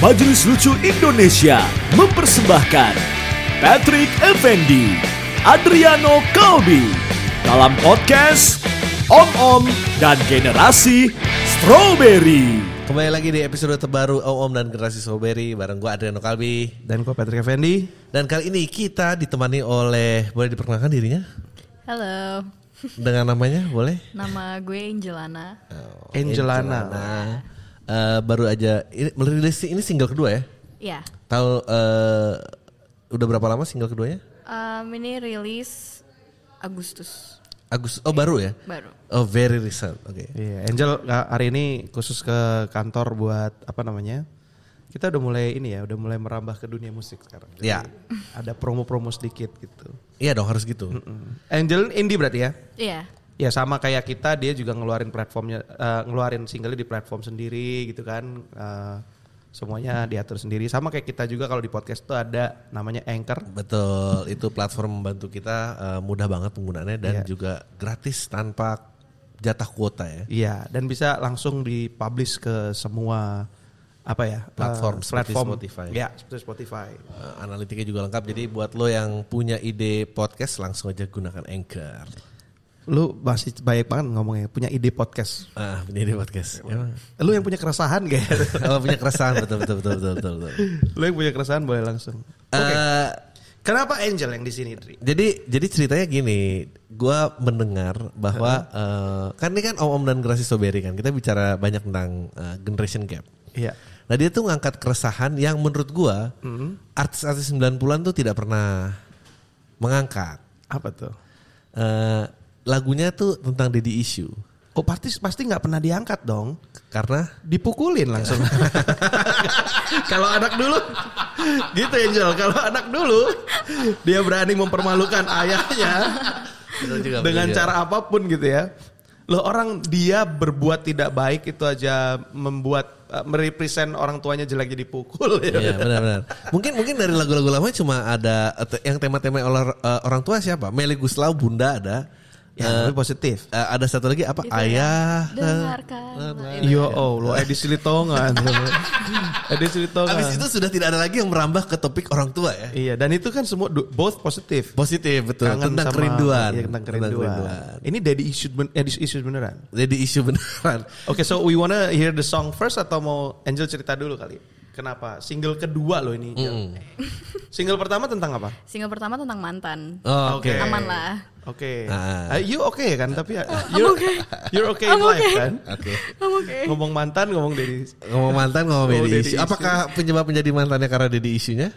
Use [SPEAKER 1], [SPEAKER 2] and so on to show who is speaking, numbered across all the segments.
[SPEAKER 1] Majelis Lucu Indonesia mempersembahkan Patrick Effendi, Adriano Kalbi dalam podcast Om Om dan Generasi Strawberry.
[SPEAKER 2] Kembali lagi di episode terbaru Om Om dan Generasi Soberi bareng gue Adriano Kalbi.
[SPEAKER 3] Dan gue Patrick Effendi.
[SPEAKER 2] Dan kali ini kita ditemani oleh boleh diperkenalkan dirinya
[SPEAKER 4] Halo,
[SPEAKER 2] dengan namanya boleh? Oh,
[SPEAKER 4] nama gue Angelana.
[SPEAKER 3] Angelana.
[SPEAKER 2] Eh, baru aja ini, merilis ini single kedua ya?
[SPEAKER 4] Ya,
[SPEAKER 2] Tahu eh, udah berapa lama single keduanya?
[SPEAKER 4] em, um, ini rilis Agustus
[SPEAKER 2] Agus oh baru ya?
[SPEAKER 4] baru.
[SPEAKER 2] Oh very recent. Oke.
[SPEAKER 3] Iya, Angel uh, hari ini khusus ke kantor buat apa namanya? Kita udah mulai ini ya, udah mulai merambah ke dunia musik sekarang. Jadi
[SPEAKER 2] Ya.
[SPEAKER 3] Ada promo-promo sedikit gitu. Hmm.
[SPEAKER 2] Iya dong harus gitu.
[SPEAKER 3] Angel indie berarti ya?
[SPEAKER 4] Iya,
[SPEAKER 3] Ya sama kayak kita, dia juga ngeluarin platformnya, eh, ngeluarin single di platform sendiri gitu kan. Eh, semuanya diatur sendiri. Sama kayak kita juga kalau di podcast tuh ada namanya anchor.
[SPEAKER 2] Betul, itu platform membantu kita eh, mudah banget penggunaannya dan
[SPEAKER 3] Iya.
[SPEAKER 2] juga gratis tanpa jatah kuota ya.
[SPEAKER 3] Iya, dan bisa langsung dipublish ke semua apa ya
[SPEAKER 2] Platform
[SPEAKER 3] eh,
[SPEAKER 2] seperti Spotify.
[SPEAKER 3] Ya, seperti Spotify.
[SPEAKER 2] Eh, analitiknya juga lengkap. Jadi buat lo yang punya ide podcast langsung aja gunakan Anchor.
[SPEAKER 3] Lu masih banyak banget ngomongnya punya ide podcast.
[SPEAKER 2] Ah, punya ide podcast. Emang
[SPEAKER 3] Lu yang punya keresahan kayak.
[SPEAKER 2] Kalau punya keresahan betul betul betul betul betul. betul.
[SPEAKER 3] Lu yang punya keresahan boleh langsung.
[SPEAKER 2] Eh,
[SPEAKER 3] Kenapa Angel yang di sini, Dri?
[SPEAKER 2] jadi jadi ceritanya gini, gua mendengar bahwa eh, kan ini kan Om Om dan Grasi Soberi kan kita bicara banyak tentang eh, generation gap.
[SPEAKER 3] Iya.
[SPEAKER 2] Nah dia tuh ngangkat keresahan yang menurut gua artis-artis 90-an tuh tidak pernah mengangkat.
[SPEAKER 3] Apa tuh?
[SPEAKER 2] Eh, lagunya tuh tentang daddy issue.
[SPEAKER 3] Oh, pasti pasti nggak pernah diangkat dong.
[SPEAKER 2] Karena
[SPEAKER 3] Dipukulin langsung. Kalau anak dulu gitu Angel, kalau anak dulu dia berani mempermalukan ayahnya.
[SPEAKER 2] Iya,
[SPEAKER 3] dengan cara apapun gitu ya. Loh orang dia berbuat tidak baik itu aja membuat eh, merepresent orang tuanya jelek jadi pukul ya.
[SPEAKER 2] Iya benar-benar. Mungkin mungkin dari lagu-lagu lama cuma ada eh, te- yang tema-tema olah- eh, orang tua siapa? Meli Guslau, Bunda ada.
[SPEAKER 3] Ya,
[SPEAKER 2] Eh,
[SPEAKER 3] tapi positif.
[SPEAKER 2] eh, ada satu lagi apa?
[SPEAKER 4] ya.
[SPEAKER 2] Ayah. eh.
[SPEAKER 4] dengarkan. Iya.
[SPEAKER 3] Yo oh lo edisi litongan. edisi litongan.
[SPEAKER 2] Habis itu sudah tidak ada lagi yang merambah ke topik orang tua ya.
[SPEAKER 3] Iya dan itu kan semua du- both positif.
[SPEAKER 2] Positif betul
[SPEAKER 3] Kangen
[SPEAKER 2] tentang
[SPEAKER 3] sama-
[SPEAKER 2] kerinduan.
[SPEAKER 3] Iya, tentang kerinduan. Ini daddy issue ben- eh, issue beneran.
[SPEAKER 2] Jadi isu beneran.
[SPEAKER 3] Oke, so we wanna hear the song first atau mau Angel cerita dulu kali? Kenapa? Single kedua loh ini. Angel.
[SPEAKER 2] Hmm.
[SPEAKER 3] Single pertama tentang apa?
[SPEAKER 4] Single pertama tentang mantan.
[SPEAKER 2] Oh, Oke.
[SPEAKER 3] Oke.
[SPEAKER 4] Aman lah.
[SPEAKER 3] Oke.
[SPEAKER 2] Ah.
[SPEAKER 3] Uh, you oke okay, kan? Tapi uh, you're, you're okay in
[SPEAKER 4] I'm
[SPEAKER 3] life
[SPEAKER 4] okay.
[SPEAKER 3] kan?
[SPEAKER 2] Oke.
[SPEAKER 4] I'm okay.
[SPEAKER 3] Ngomong mantan, ngomong dari
[SPEAKER 2] Ngomong mantan ngomong
[SPEAKER 3] Oh,
[SPEAKER 2] daddy
[SPEAKER 3] daddy
[SPEAKER 2] issue.
[SPEAKER 3] issue.
[SPEAKER 2] Apakah penyebab menjadi mantannya karena daddy isunya?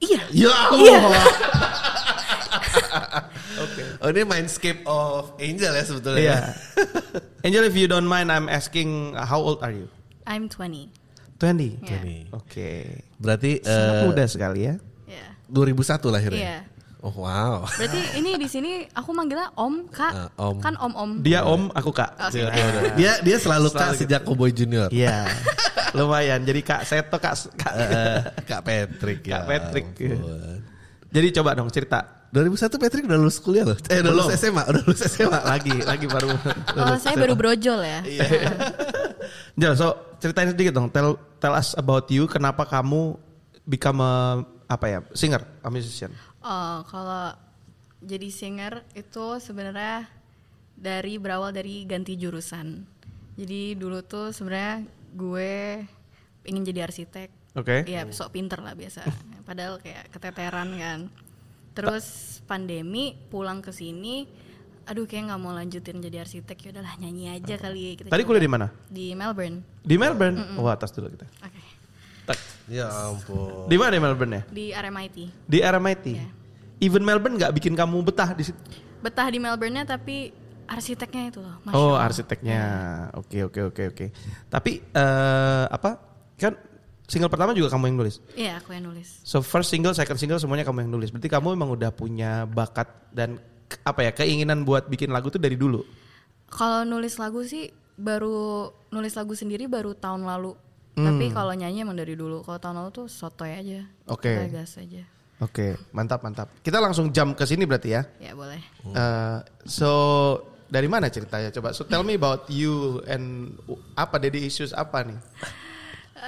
[SPEAKER 4] Iya.
[SPEAKER 2] Ya Allah. Oke. Oh ini mindscape of angel ya sebetulnya.
[SPEAKER 3] Iya. Angel, if you don't mind, I'm asking uh, how old are you?
[SPEAKER 4] I'm 20.
[SPEAKER 3] 20.
[SPEAKER 4] Iya.
[SPEAKER 2] Ini.
[SPEAKER 3] Oke.
[SPEAKER 2] Berarti
[SPEAKER 3] Sangat
[SPEAKER 2] eh,
[SPEAKER 3] muda sekali ya.
[SPEAKER 4] Iya.
[SPEAKER 2] 2001 lahirnya.
[SPEAKER 4] Iya.
[SPEAKER 2] Oh wow.
[SPEAKER 4] Berarti ini di sini aku manggilnya Om, Kak.
[SPEAKER 2] Ah, Om.
[SPEAKER 4] Kan Om-om.
[SPEAKER 3] Dia om, aku kak.
[SPEAKER 4] Oke.
[SPEAKER 2] Dia dia selalu kak
[SPEAKER 3] Iya, Selalu gitu.
[SPEAKER 2] sejak Cowboy Junior.
[SPEAKER 3] Iya. Lumayan. Jadi kak Seto, kak. kak.
[SPEAKER 2] Eh, kak Patrick ya.
[SPEAKER 3] Kak Patrick. iya.
[SPEAKER 2] ampun.
[SPEAKER 3] Jadi coba dong cerita.
[SPEAKER 2] 2001 Patrick udah lulus kuliah loh. Eh udah lulus
[SPEAKER 3] Belum.
[SPEAKER 2] SMA, udah lulus SMA.
[SPEAKER 3] Lagi, lagi baru.
[SPEAKER 4] Oh, saya baru brojol ya.
[SPEAKER 2] Iya.
[SPEAKER 3] Angel, so ceritain sedikit dong. Tell tell us about you. Kenapa kamu become a, apa ya singer, a musician?
[SPEAKER 4] Oh, kalau jadi singer itu sebenarnya dari berawal dari ganti jurusan. Jadi dulu tuh sebenarnya gue ingin jadi arsitek.
[SPEAKER 3] Oke.
[SPEAKER 4] Iya, sok pinter lah biasa. Padahal kayak keteteran kan. Terus pandemi pulang ke sini, aduh kayak nggak mau lanjutin jadi arsitek. Ya udahlah nyanyi aja kali kita
[SPEAKER 3] Tadi
[SPEAKER 4] coba.
[SPEAKER 3] kuliah di mana?
[SPEAKER 4] di Melbourne.
[SPEAKER 3] Di Melbourne. Wah, atas dulu kita.
[SPEAKER 4] Oke.
[SPEAKER 2] Ya ampun.
[SPEAKER 3] Di mana di Melbourne ya?
[SPEAKER 4] Di RMIT.
[SPEAKER 3] Di RMIT.
[SPEAKER 4] Iya.
[SPEAKER 3] Even Melbourne nggak bikin kamu betah di situ.
[SPEAKER 4] Betah di Melbourne-nya tapi arsiteknya itu loh. Masya Allah.
[SPEAKER 3] Oh,
[SPEAKER 4] Iya.
[SPEAKER 3] arsiteknya. Oke, oke, oke, oke. Tapi eh apa? Kan single pertama juga kamu yang nulis.
[SPEAKER 4] Iya, aku yang nulis.
[SPEAKER 3] So first single, second single semuanya kamu yang nulis. Berarti kamu emang udah punya bakat dan ke- apa ya keinginan buat bikin lagu tuh dari dulu.
[SPEAKER 4] Kalau nulis lagu sih baru nulis lagu sendiri baru tahun lalu.
[SPEAKER 3] Hmm.
[SPEAKER 4] Tapi kalau nyanyi emang dari dulu. Kalau tahun lalu tuh sotoy aja.
[SPEAKER 3] Oke.
[SPEAKER 4] Kita gas aja.
[SPEAKER 3] Oke, mantap, mantap. Kita langsung jump ke sini berarti ya.
[SPEAKER 4] Ya boleh.
[SPEAKER 3] Eh, so dari mana ceritanya? Coba so tell me about you and w- apa daddy issues apa nih?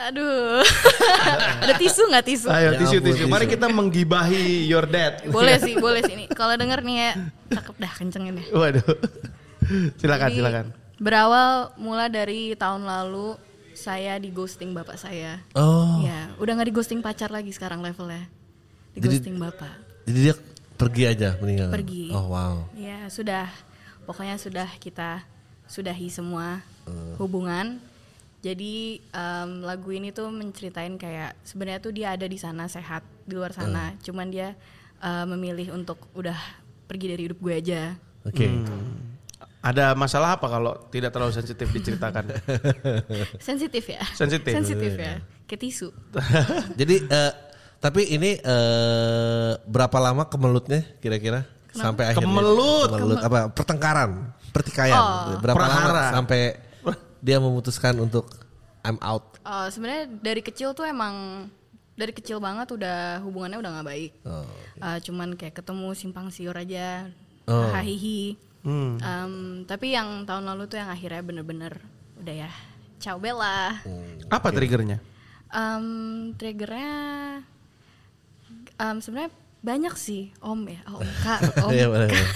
[SPEAKER 4] Aduh. Ada tisu nggak tisu?
[SPEAKER 2] Ya
[SPEAKER 3] Ayo tisu
[SPEAKER 2] ampun,
[SPEAKER 3] tisu. Mari
[SPEAKER 2] tisu.
[SPEAKER 3] kita menggibahi your dad.
[SPEAKER 4] Boleh sih, boleh sih ini. Kalau denger nih ya, cakep dah kencengin ya.
[SPEAKER 3] Waduh. Silakan
[SPEAKER 4] Jadi,
[SPEAKER 3] silakan.
[SPEAKER 4] Berawal mula dari tahun lalu saya di ghosting bapak saya.
[SPEAKER 2] Oh.
[SPEAKER 4] Ya, udah nggak di ghosting pacar lagi sekarang levelnya. Di
[SPEAKER 2] Jadi-
[SPEAKER 4] ghosting bapak.
[SPEAKER 2] Jadi dia pergi aja meninggal.
[SPEAKER 4] Pergi.
[SPEAKER 2] Oh wow.
[SPEAKER 4] Ya, sudah. Pokoknya sudah kita sudahi semua hubungan. Jadi em, lagu ini tuh menceritain kayak sebenarnya tuh dia ada di sana sehat di luar sana, cuman dia eh, memilih untuk udah pergi dari hidup gue aja.
[SPEAKER 2] Oke.
[SPEAKER 3] Hmm. Ada masalah apa kalau tidak terlalu sensitif diceritakan?
[SPEAKER 4] Sensitif ya.
[SPEAKER 3] Sensitif.
[SPEAKER 4] Sensitif ya. Kayak tisu.
[SPEAKER 2] Jadi eh, tapi ini eh, berapa lama kemelutnya kira-kira sampai akhirnya
[SPEAKER 3] Kemelut.
[SPEAKER 2] kemelut apa pertengkaran, pertikaian.
[SPEAKER 4] Oh.
[SPEAKER 2] Berapa lama
[SPEAKER 3] Perhara.
[SPEAKER 2] sampai dia memutuskan untuk I'm out.
[SPEAKER 4] Eh, sebenarnya dari kecil tuh emang dari kecil banget udah hubungannya udah nggak baik.
[SPEAKER 2] Oh.
[SPEAKER 4] Eh, cuman kayak ketemu simpang siur aja,
[SPEAKER 2] Oh.
[SPEAKER 4] hahihi.
[SPEAKER 3] Hmm.
[SPEAKER 4] Em, tapi yang tahun lalu tuh yang akhirnya bener-bener udah ya, ciao Bella.
[SPEAKER 2] Oh.
[SPEAKER 3] Apa triggernya?
[SPEAKER 4] Em, triggernya, em, sebenarnya banyak sih Om ya, oh, Om Kak, Om
[SPEAKER 2] Iya, boleh, boleh.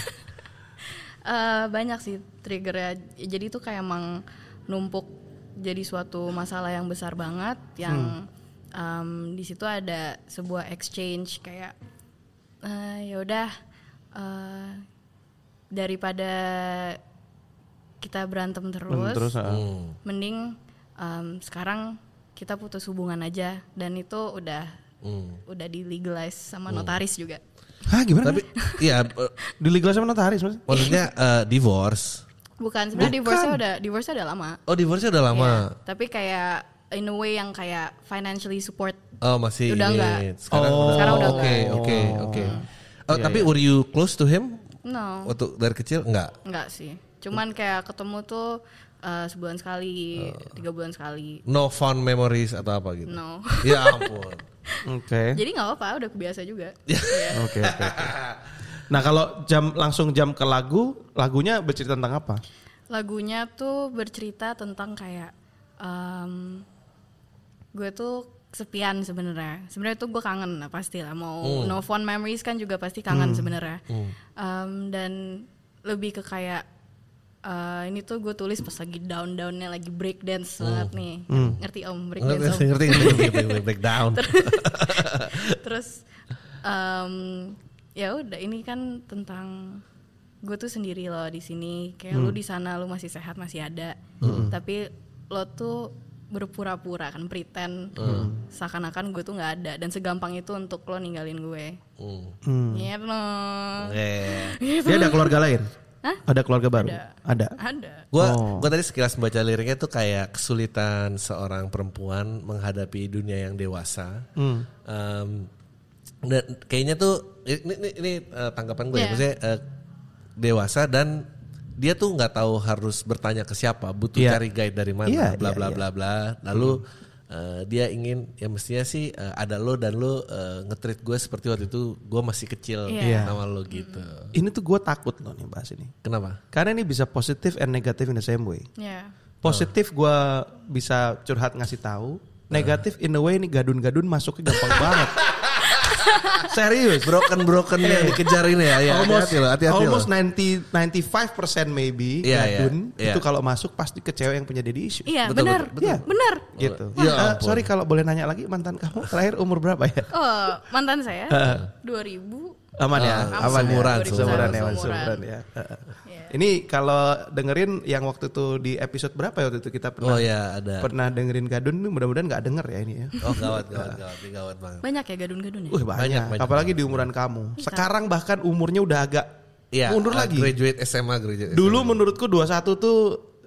[SPEAKER 4] Eh, banyak sih triggernya. Jadi itu kayak emang numpuk jadi suatu masalah yang besar banget. Yang em, di situ ada sebuah exchange kayak eh, yaudah eh, daripada kita berantem terus,
[SPEAKER 3] Terus ah.
[SPEAKER 4] Hmm. mending em, sekarang kita putus hubungan aja. Dan itu udah udah di legalize sama notaris juga.
[SPEAKER 3] Hah gimana?
[SPEAKER 2] Tapi iya eh,
[SPEAKER 3] di legal sama notaris mas?
[SPEAKER 2] maksudnya eh, divorce.
[SPEAKER 4] Bukan sebenarnya divorce-nya udah divorce-nya udah lama.
[SPEAKER 2] Oh, divorce udah lama.
[SPEAKER 4] Ya, tapi kayak in a way yang kayak financially support.
[SPEAKER 2] Oh, masih
[SPEAKER 4] Udah
[SPEAKER 2] ini.
[SPEAKER 4] enggak.
[SPEAKER 2] Sekarang
[SPEAKER 3] Oh,
[SPEAKER 2] udah.
[SPEAKER 4] sekarang udah Iya,
[SPEAKER 2] Oke,
[SPEAKER 4] enggak.
[SPEAKER 2] oke, oke. Oh, tapi were you close to him
[SPEAKER 4] No,
[SPEAKER 2] waktu dari kecil enggak?
[SPEAKER 4] enggak sih. Cuman kayak ketemu tuh eh, sebulan sekali, tiga bulan sekali.
[SPEAKER 2] No fond memories atau apa gitu?
[SPEAKER 4] No.
[SPEAKER 2] Ya ampun.
[SPEAKER 3] Oke.
[SPEAKER 4] Jadi nggak apa-apa, udah kebiasa juga. Iya.
[SPEAKER 3] Oke oke. oke. Nah kalau jam langsung jam ke lagu, lagunya bercerita tentang apa?
[SPEAKER 4] Lagunya tuh bercerita tentang kayak em, gue tuh kesepian sebenarnya. Sebenarnya tuh gue kangen lah pasti lah. Mau no fond memories kan juga pasti kangen sebenarnya. Em, dan lebih ke kayak eh, ini tuh gue tulis pas lagi down downnya lagi break dance banget nih. Ngerti om break dance om.
[SPEAKER 2] ngerti, ngerti, ngerti, ngerti, ngerti, breakdown.
[SPEAKER 4] Terus em, ya udah ini kan tentang gue tuh sendiri loh di sini. Kayak
[SPEAKER 2] Hmm.
[SPEAKER 4] lu di sana lu masih sehat masih ada. Tapi lo tuh berpura-pura kan pretend
[SPEAKER 2] Hmm.
[SPEAKER 4] seakan-akan gue tuh nggak ada dan segampang itu untuk lo ninggalin gue.
[SPEAKER 2] Hmm.
[SPEAKER 4] Iya loh.
[SPEAKER 2] Eh,
[SPEAKER 3] Dia ada keluarga lain?
[SPEAKER 4] Hah?
[SPEAKER 3] Ada keluarga baru?
[SPEAKER 4] Ada.
[SPEAKER 3] Ada.
[SPEAKER 4] Ada.
[SPEAKER 2] Gua,
[SPEAKER 3] Oh.
[SPEAKER 2] gua tadi sekilas membaca liriknya tuh kayak kesulitan seorang perempuan menghadapi dunia yang dewasa.
[SPEAKER 3] Hmm.
[SPEAKER 2] Em, dan kayaknya tuh ini, ini, ini, eh, tanggapan gue ya,
[SPEAKER 4] Iya.
[SPEAKER 2] maksudnya eh, dewasa dan dia tuh nggak tahu harus bertanya ke siapa, butuh
[SPEAKER 3] Iya.
[SPEAKER 2] cari guide dari mana,
[SPEAKER 3] Iya,
[SPEAKER 2] bla bla
[SPEAKER 3] iya, iya. Hmm.
[SPEAKER 2] bla bla. Lalu eh, dia ingin ya mestinya sih eh, ada lo dan lo eh, ngetreat gue seperti waktu itu gue masih kecil
[SPEAKER 4] Iya.
[SPEAKER 2] sama lo gitu.
[SPEAKER 3] Ini tuh gue takut loh nih bahas ini.
[SPEAKER 2] Kenapa?
[SPEAKER 3] Karena ini bisa positif and negatif in the same way.
[SPEAKER 4] Ya.
[SPEAKER 3] Positif gue bisa curhat ngasih tahu. Negatif in the way ini gadun-gadun masuknya gampang banget. Serius.
[SPEAKER 2] broken broken yang dikejar ini ya, ya
[SPEAKER 3] almost
[SPEAKER 2] hati-hati lo, hati-hati lo.
[SPEAKER 3] almost 90 95% maybe
[SPEAKER 2] Iya,
[SPEAKER 3] gadun
[SPEAKER 2] iya,
[SPEAKER 3] itu
[SPEAKER 2] iya.
[SPEAKER 3] kalau masuk pasti ke cewek yang punya daddy issue.
[SPEAKER 4] Iya,
[SPEAKER 2] Betul,
[SPEAKER 4] benar.
[SPEAKER 2] betul,
[SPEAKER 3] betul.
[SPEAKER 4] Benar.
[SPEAKER 3] Gitu.
[SPEAKER 2] Wah. Ya
[SPEAKER 3] Eh,
[SPEAKER 2] ampun.
[SPEAKER 3] sorry kalau boleh nanya lagi mantan kamu terakhir umur berapa ya?
[SPEAKER 4] Oh, mantan saya 2000
[SPEAKER 3] Aman ya,
[SPEAKER 4] Ah,
[SPEAKER 3] aman
[SPEAKER 2] seumuran,
[SPEAKER 3] ya.
[SPEAKER 2] seumuran.
[SPEAKER 3] ya,
[SPEAKER 4] Seumuran.
[SPEAKER 3] Wan, seumuran
[SPEAKER 2] Iya.
[SPEAKER 3] ya. Heeh. Ini kalau dengerin yang waktu itu di episode berapa ya waktu itu kita
[SPEAKER 2] Oh
[SPEAKER 3] pernah
[SPEAKER 2] ya ada.
[SPEAKER 3] pernah dengerin Gadun ini mudah-mudahan nggak denger ya ini ya.
[SPEAKER 2] Oh gawat gawat gawat, ini gawat banget.
[SPEAKER 4] banyak ya gadun-gadun ya.
[SPEAKER 3] Uh, banyak.
[SPEAKER 2] Banyak, banyak.
[SPEAKER 3] Apalagi di umuran kamu. Sekarang bahkan umurnya udah agak
[SPEAKER 2] Iya.
[SPEAKER 3] mundur
[SPEAKER 2] eh,
[SPEAKER 3] lagi.
[SPEAKER 2] Graduate SMA graduate. SMA.
[SPEAKER 3] Dulu menurutku 21 tuh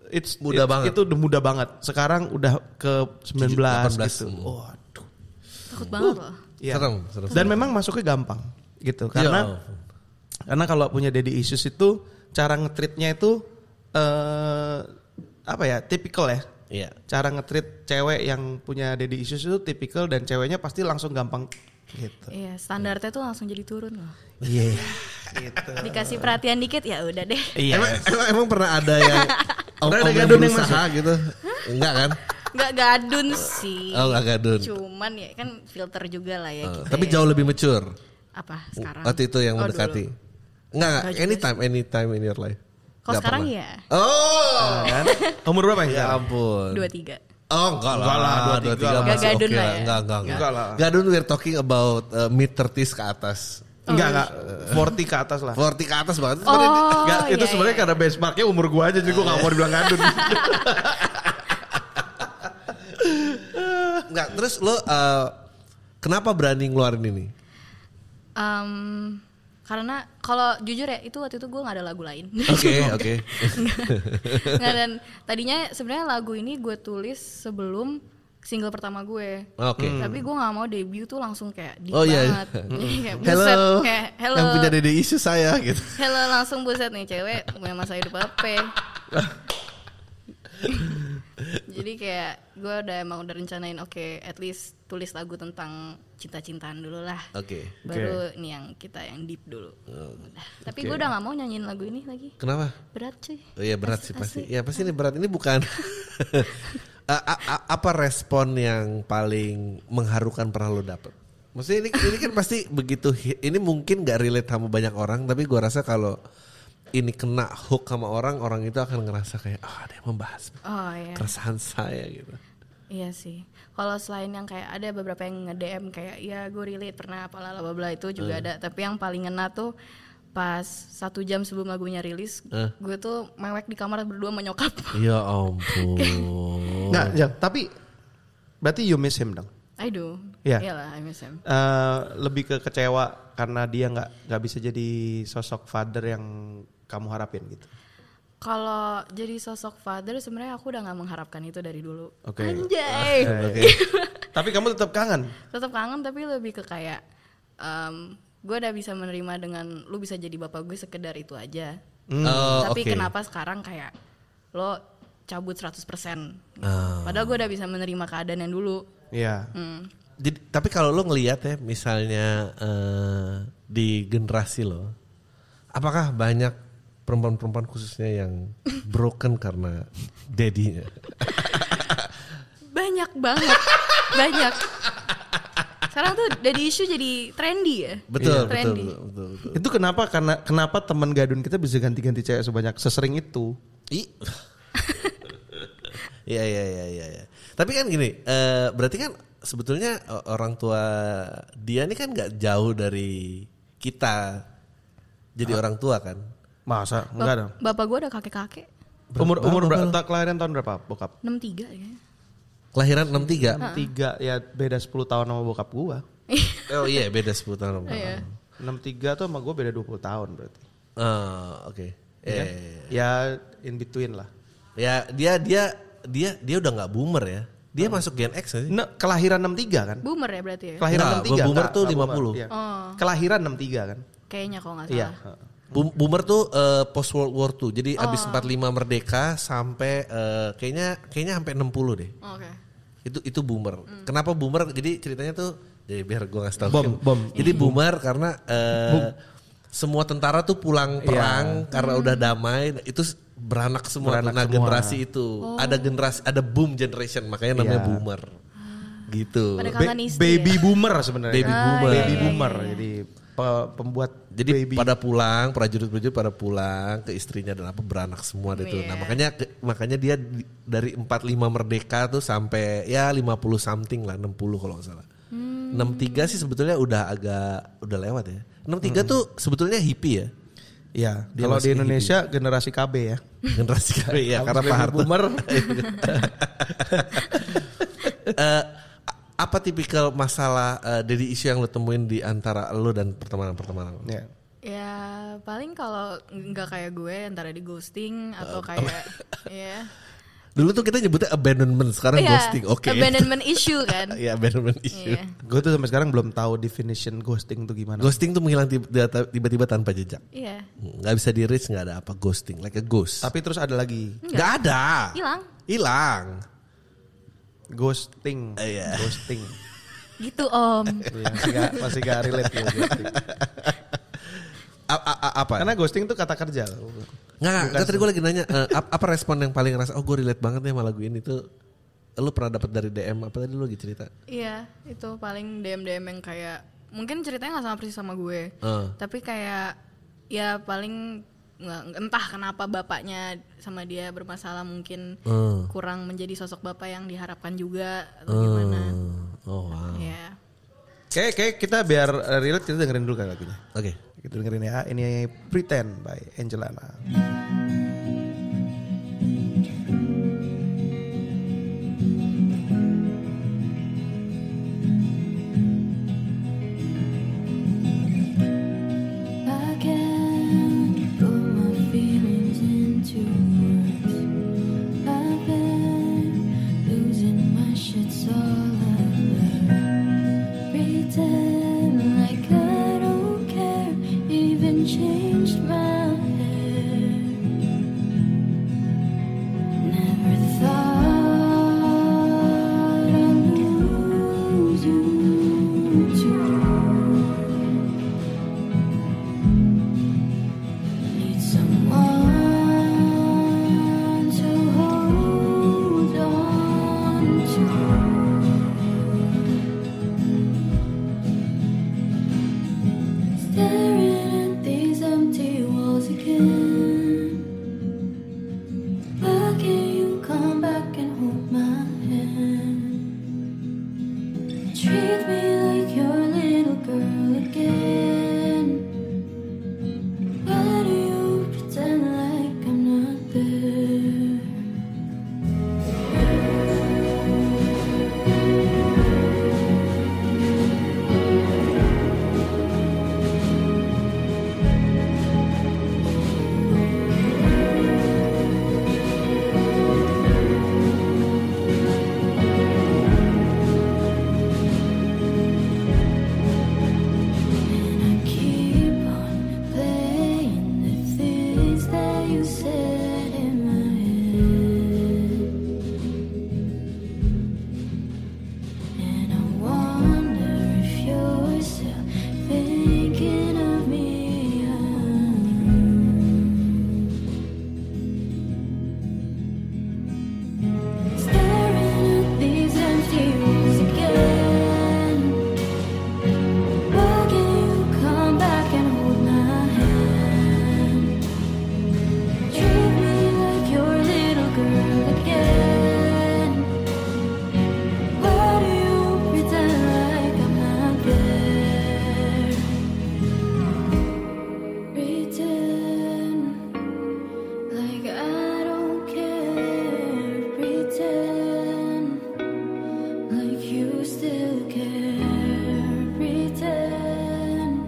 [SPEAKER 3] it's
[SPEAKER 2] Muda
[SPEAKER 3] it's-
[SPEAKER 2] banget.
[SPEAKER 3] Itu udah muda banget. Sekarang udah ke 19
[SPEAKER 2] 18.
[SPEAKER 3] gitu.
[SPEAKER 2] Hmm.
[SPEAKER 3] Waduh.
[SPEAKER 4] Takut banget loh.
[SPEAKER 3] Iya.
[SPEAKER 2] Serem, serem.
[SPEAKER 3] Dan memang masuknya gampang gitu
[SPEAKER 2] Iya.
[SPEAKER 3] karena karena kalau punya daddy issues itu cara ngetreatnya itu eh apa ya? Tipikal ya.
[SPEAKER 2] Iya.
[SPEAKER 3] Cara ngetreat cewek yang punya daddy issues itu tipikal dan ceweknya pasti langsung gampang gitu.
[SPEAKER 4] Iya, standarnya tuh langsung jadi turun loh.
[SPEAKER 3] Iya. gitu.
[SPEAKER 4] Dikasih perhatian dikit ya udah deh.
[SPEAKER 3] Iya.
[SPEAKER 2] Emang, emang, emang pernah ada yang om,
[SPEAKER 3] Pernah ada
[SPEAKER 2] om yang
[SPEAKER 3] gadun yang
[SPEAKER 2] berusaha gitu? Enggak kan?
[SPEAKER 4] nggak gadun sih.
[SPEAKER 2] Oh, nggak gadun.
[SPEAKER 4] Cuman ya kan filter juga lah ya.
[SPEAKER 2] Eh,
[SPEAKER 4] kita
[SPEAKER 2] tapi
[SPEAKER 4] ya.
[SPEAKER 2] jauh lebih mature
[SPEAKER 4] apa sekarang?
[SPEAKER 2] waktu itu yang
[SPEAKER 4] Oh,
[SPEAKER 2] mendekati.
[SPEAKER 4] dulu.
[SPEAKER 2] Enggak, enggak.
[SPEAKER 4] Nggak juga
[SPEAKER 2] anytime, anytime in your life.
[SPEAKER 4] Kalau
[SPEAKER 2] Nggak
[SPEAKER 4] sekarang
[SPEAKER 2] pernah.
[SPEAKER 4] ya
[SPEAKER 2] Oh, kan?
[SPEAKER 3] Umur berapa
[SPEAKER 2] ya
[SPEAKER 3] ya?
[SPEAKER 2] ampun.
[SPEAKER 4] dua tiga.
[SPEAKER 2] Oh enggak lah,
[SPEAKER 3] Enggak lah, dua,
[SPEAKER 2] dua
[SPEAKER 3] tiga
[SPEAKER 2] tiga
[SPEAKER 3] lah.
[SPEAKER 2] masih
[SPEAKER 4] Enggak
[SPEAKER 2] oke
[SPEAKER 4] gadun lah
[SPEAKER 2] lah.
[SPEAKER 4] ya.
[SPEAKER 2] Enggak, enggak, enggak.
[SPEAKER 3] Enggak lah.
[SPEAKER 2] Gadun we're talking about uh, mid 30s ke atas.
[SPEAKER 3] Enggak, enggak. 40 ke atas lah.
[SPEAKER 2] 40 ke atas banget.
[SPEAKER 4] Oh,
[SPEAKER 3] Enggak, itu
[SPEAKER 4] iya,
[SPEAKER 3] sebenarnya
[SPEAKER 4] iya.
[SPEAKER 3] karena benchmarknya umur gua aja jadi gua gak mau dibilang gadun.
[SPEAKER 2] Enggak, terus lo uh, kenapa berani ngeluarin ini?
[SPEAKER 4] Em, karena kalau jujur ya itu waktu itu gue nggak ada lagu lain.
[SPEAKER 2] Oke, oke.
[SPEAKER 4] Nggak, dan tadinya sebenarnya lagu ini gue tulis sebelum single pertama gue.
[SPEAKER 2] Oh, Oke.
[SPEAKER 3] Hmm.
[SPEAKER 4] Tapi gue nggak mau debut tuh langsung kayak deep
[SPEAKER 2] Oh, iya, iya.
[SPEAKER 4] banget. Jadi kayak buset,
[SPEAKER 2] Hello.
[SPEAKER 4] kayak hello.
[SPEAKER 2] Yang punya dede isu saya gitu.
[SPEAKER 4] Hello langsung buset nih cewek punya masa hidup apa? ya? Jadi kayak gue udah emang udah rencanain oke at least tulis lagu tentang cinta-cintaan dulu lah.
[SPEAKER 2] Oke. Oh,
[SPEAKER 4] Baru nih yang kita yang deep dulu. Udah. Tapi gue udah nggak mau nyanyiin lagu ini lagi.
[SPEAKER 2] Kenapa?
[SPEAKER 4] Berat cuy.
[SPEAKER 2] Oh iya berat sih
[SPEAKER 4] Asli-
[SPEAKER 2] pasti.
[SPEAKER 4] asli.
[SPEAKER 2] Ya pasti ini berat. Ini bukan A- a- a- apa respon yang paling mengharukan pernah lo dapet? Maksudnya ini ini kan pasti begitu hit- ini mungkin gak relate sama banyak orang tapi gua rasa kalau ini kena hook sama orang orang itu akan ngerasa kayak ah ada yang membahas
[SPEAKER 4] Oh iya.
[SPEAKER 2] keresahan saya gitu.
[SPEAKER 4] Iya sih. Kalau selain yang kayak ada beberapa yang nge-DM kayak ya gue relate pernah apalah bla bla bla itu juga ada. Tapi yang paling ngena tuh pas satu jam sebelum lagunya rilis,
[SPEAKER 2] Eh.
[SPEAKER 4] gue tuh mewek di kamar berdua menyokap.
[SPEAKER 2] Ya ampun.
[SPEAKER 3] Enggak, Jal, tapi berarti you miss him dong.
[SPEAKER 4] Aduh.
[SPEAKER 3] Iya.
[SPEAKER 4] Iyalah I miss him.
[SPEAKER 3] Eh, lebih ke kecewa karena dia nggak nggak bisa jadi sosok father yang kamu harapin gitu.
[SPEAKER 4] Kalau jadi sosok father sebenarnya aku udah nggak mengharapkan itu dari dulu.
[SPEAKER 3] Oke.
[SPEAKER 4] Anjay.
[SPEAKER 2] Oke.
[SPEAKER 3] Iya. Tapi kamu tetap kangen.
[SPEAKER 4] Tetap kangen tapi lebih ke kayak em, gue udah bisa menerima dengan lu bisa jadi bapak gue sekedar itu aja.
[SPEAKER 3] Hmm.
[SPEAKER 2] Oh,
[SPEAKER 4] Tapi
[SPEAKER 2] oke.
[SPEAKER 4] kenapa sekarang kayak lo cabut 100% gitu.
[SPEAKER 2] Ah.
[SPEAKER 4] Padahal gue udah bisa menerima keadaan yang dulu.
[SPEAKER 3] Iya.
[SPEAKER 4] Hmm.
[SPEAKER 2] Jadi, tapi kalau lo ngelihat ya misalnya eh, di generasi lo, apakah banyak perempuan-perempuan khususnya yang broken karena dedinya?
[SPEAKER 4] Banyak banget. banyak. Sekarang tuh dari isu jadi trendy ya.
[SPEAKER 2] Betul, betul,
[SPEAKER 4] trendy.
[SPEAKER 2] betul, betul, betul.
[SPEAKER 3] Itu kenapa karena kenapa teman gadun kita bisa ganti-ganti cewek sebanyak sesering itu?
[SPEAKER 2] I- Iya, iya, iya, iya. iya. Tapi kan gini, eh, berarti kan sebetulnya o- orang tua dia ini kan nggak jauh dari kita jadi orang tua kan.
[SPEAKER 3] Masa?
[SPEAKER 4] Bap-
[SPEAKER 3] Enggak dong.
[SPEAKER 4] Bapak gue udah kakek-kakek.
[SPEAKER 3] Umur umur berapa? Kelahiran tahun berapa, bokap?
[SPEAKER 4] 63 ya.
[SPEAKER 2] Kelahiran 63.
[SPEAKER 4] Ah.
[SPEAKER 3] tiga ya beda 10 tahun sama bokap gua.
[SPEAKER 2] Oh iya, beda 10 tahun. sama
[SPEAKER 4] Iya.
[SPEAKER 3] 63 tuh sama gua beda 20 tahun berarti.
[SPEAKER 2] Ah, oke. Eh,
[SPEAKER 3] Ya, ya in between lah.
[SPEAKER 2] ya dia dia dia dia udah nggak boomer ya. Dia masuk Gen X gak sih?
[SPEAKER 3] Nah, kelahiran 63 kan?
[SPEAKER 4] Boomer ya berarti ya.
[SPEAKER 3] Kelahiran
[SPEAKER 2] Nggak,
[SPEAKER 3] 63.
[SPEAKER 2] boomer
[SPEAKER 3] Nggak,
[SPEAKER 2] tuh
[SPEAKER 3] nggak
[SPEAKER 2] 50.
[SPEAKER 3] iya.
[SPEAKER 4] Oh.
[SPEAKER 3] Kelahiran 63 kan?
[SPEAKER 4] Kayaknya kalau nggak salah.
[SPEAKER 3] Iya.
[SPEAKER 2] Boom- Boomer tuh eh, post World War II. Jadi abis 45 merdeka sampai eh, kayaknya kayaknya sampai 60 deh.
[SPEAKER 4] Oh, Oke.
[SPEAKER 2] Itu itu boomer. Kenapa boomer? Jadi ceritanya tuh jadi biar gua ngasih tau.
[SPEAKER 3] Bom, bom.
[SPEAKER 2] Jadi boomer karena eh, semua tentara tuh pulang
[SPEAKER 3] Iya.
[SPEAKER 2] perang karena udah damai itu s- beranak semua.
[SPEAKER 3] Beranak
[SPEAKER 2] nah,
[SPEAKER 3] semua.
[SPEAKER 2] generasi itu ada generasi ada boom generation makanya namanya
[SPEAKER 3] Iya.
[SPEAKER 2] boomer. Gitu.
[SPEAKER 4] Pada
[SPEAKER 3] Ba-
[SPEAKER 4] kangen istri.
[SPEAKER 3] baby
[SPEAKER 4] ya.
[SPEAKER 3] boomer sebenarnya.
[SPEAKER 2] Baby
[SPEAKER 3] kan?
[SPEAKER 2] boomer.
[SPEAKER 3] Baby
[SPEAKER 2] Iya,
[SPEAKER 3] boomer. Jadi pe- pembuat
[SPEAKER 2] Jadi
[SPEAKER 3] baby.
[SPEAKER 2] pada pulang prajurit-prajurit pada pulang ke istrinya dan apa beranak semua deh itu. Nah,
[SPEAKER 4] Iya.
[SPEAKER 2] makanya ke- makanya dia di- dari 45 merdeka tuh sampai ya 50 something lah, 60 kalau nggak salah.
[SPEAKER 4] Hmm.
[SPEAKER 2] 63 sih sebetulnya udah agak udah lewat ya. 63 tuh sebetulnya hippie ya.
[SPEAKER 3] Iya,
[SPEAKER 2] Dia
[SPEAKER 3] kalau
[SPEAKER 2] masih
[SPEAKER 3] di Indonesia generasi KB ya.
[SPEAKER 2] Generasi kami ya karena
[SPEAKER 3] Baby
[SPEAKER 2] Pak Harto. Iya.
[SPEAKER 3] boomer.
[SPEAKER 2] Eh, a- apa tipikal masalah eh, dari isu yang lo temuin di antara lo dan pertemanan-pertemanan? lo?
[SPEAKER 3] ya.
[SPEAKER 4] Ya paling kalau nggak kayak gue antara di ghosting atau kayak ya.
[SPEAKER 2] Dulu tuh kita nyebutnya abandonment, sekarang
[SPEAKER 4] Iya,
[SPEAKER 2] ghosting. Oke.
[SPEAKER 4] Abandonment issue kan.
[SPEAKER 2] Iya, abandonment issue.
[SPEAKER 4] Iya.
[SPEAKER 3] Gue tuh sampai sekarang belum tahu definition ghosting tuh gimana.
[SPEAKER 2] Ghosting tuh menghilang tib- data- tiba-tiba tanpa jejak.
[SPEAKER 4] Iya.
[SPEAKER 2] Nggak bisa di reach, nggak ada apa ghosting, like a ghost.
[SPEAKER 3] Tapi terus ada lagi
[SPEAKER 2] Nggak ada.
[SPEAKER 4] Hilang.
[SPEAKER 2] Hilang.
[SPEAKER 3] ghosting.
[SPEAKER 2] Iya.
[SPEAKER 3] Ghosting.
[SPEAKER 4] Gitu om.
[SPEAKER 3] Iya, masih gak, masih gak relate ya ghosting.
[SPEAKER 2] A- a- a- apa? ya?
[SPEAKER 3] Karena ghosting tuh kata kerja.
[SPEAKER 2] Nggak, nggak, nggak, tadi gue lagi nanya eh, ap- apa respon yang paling ngerasa oh gue relate banget nih sama lagu ini tuh lu pernah dapat dari DM apa tadi lu lagi cerita?
[SPEAKER 4] Iya, itu paling DM-DM yang kayak mungkin ceritanya nggak sama persis sama gue,
[SPEAKER 2] Eh.
[SPEAKER 4] tapi kayak ya paling nggak entah kenapa bapaknya sama dia bermasalah mungkin
[SPEAKER 2] Eh.
[SPEAKER 4] kurang menjadi sosok bapak yang diharapkan juga atau gimana?
[SPEAKER 2] Oh, wow.
[SPEAKER 4] Ya,
[SPEAKER 3] Kayak kayak kita biar eh, relate kita dengerin dulu kan lagunya.
[SPEAKER 2] Oke.
[SPEAKER 3] Kita dengerin ya. Ini Pretend by Angelana.
[SPEAKER 5] I can't put my feelings into words. I've been losing my shit all over. Pretend like I don't care. Even changed my hair. Never thought I'd lose you too. Need someone to hold on to. Staring at these empty walls again. Why can't you come back and hold my hand? Treat me like your little girl again. Why do you pretend like I'm not there? And I keep on playing the things that you said in my head. And I wonder if you're still thinking of me. Staring at these empty walls again. Why can't you come back and hold my hand? Treat me like your little girl again. Why do you pretend like I'm not there? Pretend like I don't care. Pretend. Like you still care, pretend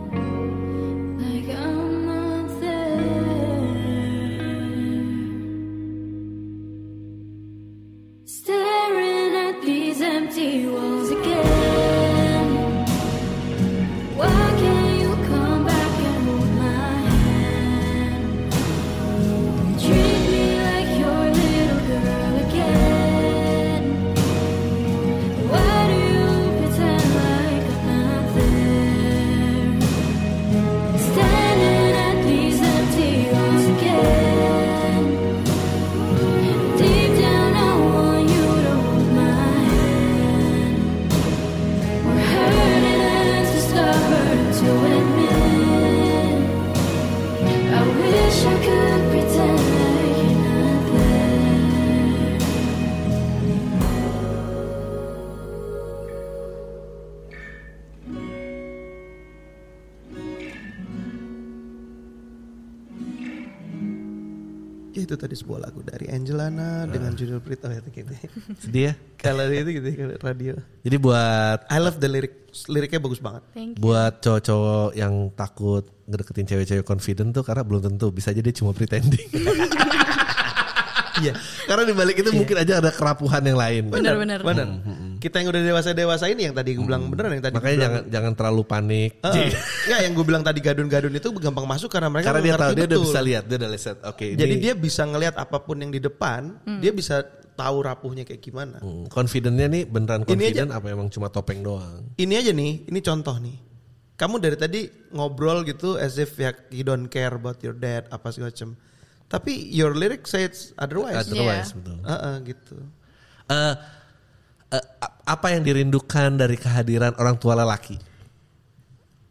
[SPEAKER 5] like I'm not there. Staring at these empty walls again. Why can't you come back and hold my hand? Treat me like your little girl again. Why do you pretend like I'm not there? Standing at these empty walls again. Deep down, I want you to hold my hand. We're hurting as we start to admit. I wish I could pretend like you're not there.
[SPEAKER 3] Ya, itu tadi sebuah lagu dari
[SPEAKER 2] Ah.
[SPEAKER 3] Angelana dengan judul Pretend itu gitu.
[SPEAKER 2] Sedih ya?
[SPEAKER 3] Kalau itu gitu kalau radio.
[SPEAKER 2] Jadi buat
[SPEAKER 3] I love the lyric. Liriknya bagus banget.
[SPEAKER 4] thank you.
[SPEAKER 2] buat cowok-cowok yang takut ngedeketin cewek-cewek confident tuh karena belum tentu bisa aja dia cuma pretending. Iya, karena dibalik itu mungkin aja ada kerapuhan yang lain.
[SPEAKER 4] Bener-bener.
[SPEAKER 3] Benar.
[SPEAKER 2] Hmm,
[SPEAKER 3] Kita yang udah dewasa-dewasa ini yang tadi gue bilang beneran yang tadi.
[SPEAKER 2] Makanya
[SPEAKER 3] gue
[SPEAKER 2] jangan
[SPEAKER 3] bilang-
[SPEAKER 2] jangan terlalu panik.
[SPEAKER 3] Eh, ya yang gue bilang tadi gadun-gadun itu gampang masuk karena mereka
[SPEAKER 2] Karena dia
[SPEAKER 3] mengerti
[SPEAKER 2] tahu dia udah
[SPEAKER 3] betul.
[SPEAKER 2] bisa lihat, dia udah lihat. Oke, ini
[SPEAKER 3] Jadi dia bisa ngelihat apapun yang di depan, dia bisa tahu rapuhnya kayak gimana.
[SPEAKER 2] Hmm, confidentnya nih beneran
[SPEAKER 3] Ini aja.
[SPEAKER 2] confident apa emang cuma topeng doang?
[SPEAKER 3] Ini aja nih, ini contoh nih. Kamu dari tadi ngobrol gitu as if ya you don't care about your dad apa segala macam. Tapi your lyric says otherwise.
[SPEAKER 2] Otherwise
[SPEAKER 4] Iya.
[SPEAKER 2] betul.
[SPEAKER 3] Heeh, gitu.
[SPEAKER 2] Eh, eh, a- apa yang dirindukan dari kehadiran orang tua lelaki?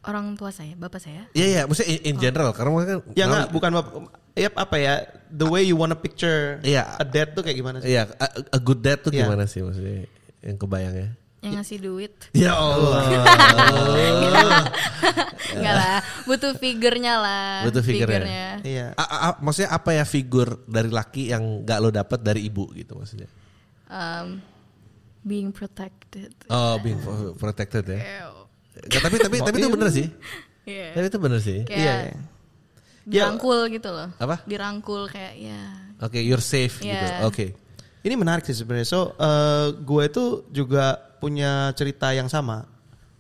[SPEAKER 4] Orang tua saya, bapak saya.
[SPEAKER 2] Iya iya, maksudnya in, in general karena mereka kan
[SPEAKER 3] Ya enggak, bukan bap- Yap, apa ya? The way you wanna picture
[SPEAKER 2] Iya.
[SPEAKER 3] a dad tuh kayak gimana sih?
[SPEAKER 2] Iya, a, a good dad tuh
[SPEAKER 3] Iya.
[SPEAKER 2] gimana sih maksudnya yang ya? kebayangnya?
[SPEAKER 4] Yang ngasih duit.
[SPEAKER 2] Ya Allah.
[SPEAKER 4] Enggak lah, butuh figurnya lah.
[SPEAKER 2] Butuh figurnya.
[SPEAKER 3] Iya.
[SPEAKER 2] A- a- a- maksudnya apa ya figur dari laki yang gak lo dapet dari ibu gitu maksudnya?
[SPEAKER 4] Um, being protected. Iya,
[SPEAKER 2] Oh, being pro- protected ya.
[SPEAKER 4] Ew.
[SPEAKER 2] Nggak, tapi tapi tapi itu bener sih.
[SPEAKER 4] Iya.
[SPEAKER 2] Tapi itu bener sih.
[SPEAKER 4] Kayak
[SPEAKER 3] Iya, iya.
[SPEAKER 4] dirangkul gitu loh.
[SPEAKER 2] Apa?
[SPEAKER 4] Dirangkul kayak ya.
[SPEAKER 2] Oke, you're safe gitu.
[SPEAKER 4] Iya.
[SPEAKER 2] Oke.
[SPEAKER 3] Ini menarik sih sebenarnya. So, eh, gue itu juga punya cerita yang sama.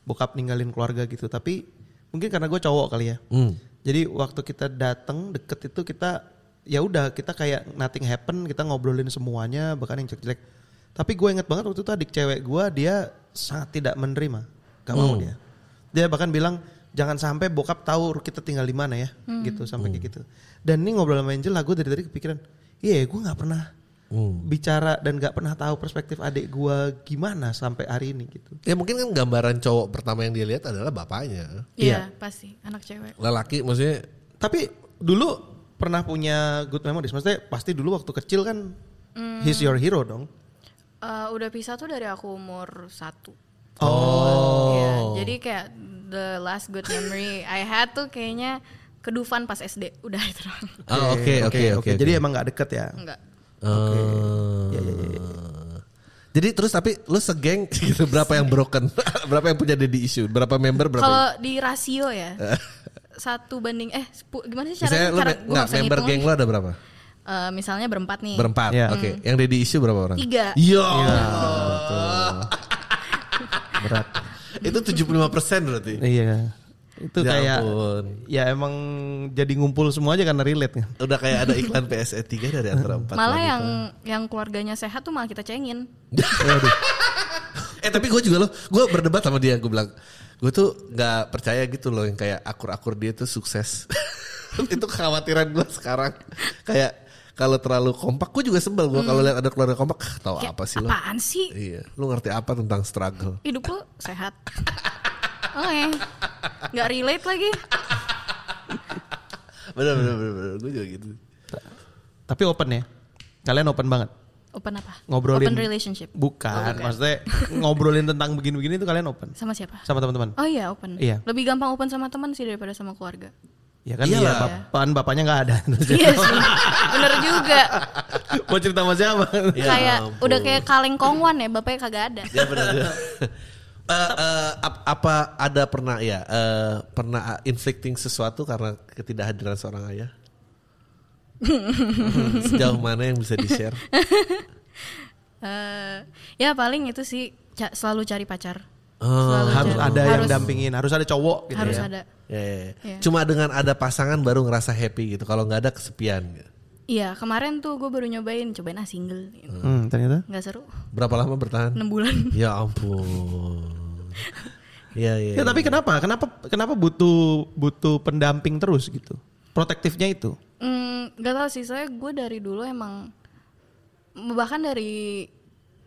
[SPEAKER 3] Bokap ninggalin keluarga gitu, tapi mungkin karena gue cowok kali ya.
[SPEAKER 2] Hmm.
[SPEAKER 3] Jadi waktu kita datang deket itu kita ya udah kita kayak nothing happen, kita ngobrolin semuanya bahkan yang jelek-jelek. Tapi gue inget banget waktu itu adik cewek gue dia sangat tidak menerima, gak mau dia. Dia bahkan bilang jangan sampai bokap tahu kita tinggal di mana ya, gitu sampai kayak gitu. Dan ini ngobrol sama Angel lah gue dari tadi kepikiran, iya gue nggak pernah bicara dan nggak pernah tahu perspektif adik gue gimana sampai hari ini gitu.
[SPEAKER 2] Ya mungkin kan gambaran cowok pertama yang dia lihat adalah bapaknya.
[SPEAKER 4] Iya, pasti anak cewek.
[SPEAKER 2] Lelaki maksudnya
[SPEAKER 3] Tapi dulu pernah punya good memories. Maksudnya pasti dulu waktu kecil kan
[SPEAKER 4] Hmm.
[SPEAKER 3] he's your hero dong.
[SPEAKER 4] Eh, udah pisah tuh dari aku umur satu.
[SPEAKER 2] Oh.
[SPEAKER 4] Iya, jadi kayak the last good memory I had tuh kayaknya kedufan pas SD. Udah itu doang.
[SPEAKER 2] Ah, Oke, oke, oke.
[SPEAKER 3] Jadi emang nggak deket ya.
[SPEAKER 4] Enggak.
[SPEAKER 2] Oke. Iya, Jadi terus tapi lu segeng gitu berapa yang broken? berapa yang punya daddy issue? Berapa member berapa?
[SPEAKER 4] Kalau di rasio ya. satu banding eh sepu- gimana
[SPEAKER 2] Eh.
[SPEAKER 4] sih
[SPEAKER 2] Misalnya
[SPEAKER 4] caranya?
[SPEAKER 2] lu
[SPEAKER 4] Cara,
[SPEAKER 2] me-
[SPEAKER 4] gua
[SPEAKER 2] nggak,
[SPEAKER 4] nggak bisa
[SPEAKER 2] member
[SPEAKER 4] ngitung.
[SPEAKER 2] geng lu ada berapa?
[SPEAKER 4] Eh, misalnya berempat nih.
[SPEAKER 2] Berempat.
[SPEAKER 3] Iya.
[SPEAKER 2] Oke. Yang daddy issue berapa orang?
[SPEAKER 4] Tiga.
[SPEAKER 2] Yo. Itu 75 persen berarti.
[SPEAKER 3] Iya. Itu
[SPEAKER 2] Ya
[SPEAKER 3] kayak
[SPEAKER 2] ampun.
[SPEAKER 3] ya emang jadi ngumpul semua aja karena relate kan.
[SPEAKER 2] Udah kayak ada iklan PSE 3 dari antara 4
[SPEAKER 4] Malah yang yang keluarganya sehat tuh malah kita cengin.
[SPEAKER 2] Eh tapi gue juga loh, gue berdebat sama dia, gue bilang, gue tuh nggak percaya gitu loh yang kayak akur-akur dia tuh sukses. itu kekhawatiran gue sekarang kayak kalau terlalu kompak, gue juga sebel gue kalau lihat ada keluarga kompak, "Ah, tahu
[SPEAKER 4] Kayak,
[SPEAKER 2] Hmm. apa sih lo?
[SPEAKER 4] Apaan sih?
[SPEAKER 2] Iya, lu ngerti apa tentang struggle?
[SPEAKER 4] Hidup lu sehat. Oke. Nggak relate lagi.
[SPEAKER 2] Bener bener bener, bener. gue juga gitu.
[SPEAKER 3] Tapi open ya. Kalian open banget.
[SPEAKER 4] Open apa?
[SPEAKER 3] Ngobrolin.
[SPEAKER 4] Open relationship.
[SPEAKER 3] Bukan, maksudnya ngobrolin tentang begini-begini itu kalian open
[SPEAKER 4] Sama siapa?
[SPEAKER 3] sama teman-teman.
[SPEAKER 4] Oh iya open.
[SPEAKER 3] Iya.
[SPEAKER 4] Lebih gampang open sama teman sih daripada sama keluarga.
[SPEAKER 3] Ya kan
[SPEAKER 2] Iyalah.
[SPEAKER 3] iya, bapak bapaknya nggak ada.
[SPEAKER 4] Iya sih. Bener juga.
[SPEAKER 3] Mau cerita sama siapa?
[SPEAKER 2] Ya
[SPEAKER 4] kayak
[SPEAKER 2] ampun.
[SPEAKER 4] udah kayak kaleng kongwan ya, bapaknya kagak ada.
[SPEAKER 3] Iya,
[SPEAKER 2] Ya bener. bener. Eh, eh, ap- apa ada pernah ya eh, pernah inflicting sesuatu karena ketidakhadiran seorang ayah? Sejauh mana yang bisa di share?
[SPEAKER 4] Eh, ya paling itu sih ca- selalu cari pacar.
[SPEAKER 2] Oh,
[SPEAKER 4] Selalu
[SPEAKER 3] harus
[SPEAKER 4] cari-
[SPEAKER 3] ada yang
[SPEAKER 4] harus-
[SPEAKER 3] dampingin, harus ada cowok gitu
[SPEAKER 4] harus
[SPEAKER 3] ya.
[SPEAKER 4] ada.
[SPEAKER 2] Ya, ya, ya.
[SPEAKER 4] Iya.
[SPEAKER 2] Cuma dengan ada pasangan baru ngerasa happy gitu. Kalau nggak ada kesepian. gitu.
[SPEAKER 4] Iya kemarin tuh gue baru nyobain, cobain ah single.
[SPEAKER 3] Hmm, ternyata.
[SPEAKER 4] Nggak seru.
[SPEAKER 2] Berapa lama bertahan?
[SPEAKER 4] 6 bulan.
[SPEAKER 2] Ya ampun. Iya iya.
[SPEAKER 3] Ya, tapi kenapa? Kenapa kenapa butuh butuh pendamping terus gitu? Protektifnya itu.
[SPEAKER 4] Hmm, gak tau sih, soalnya gue dari dulu emang bahkan dari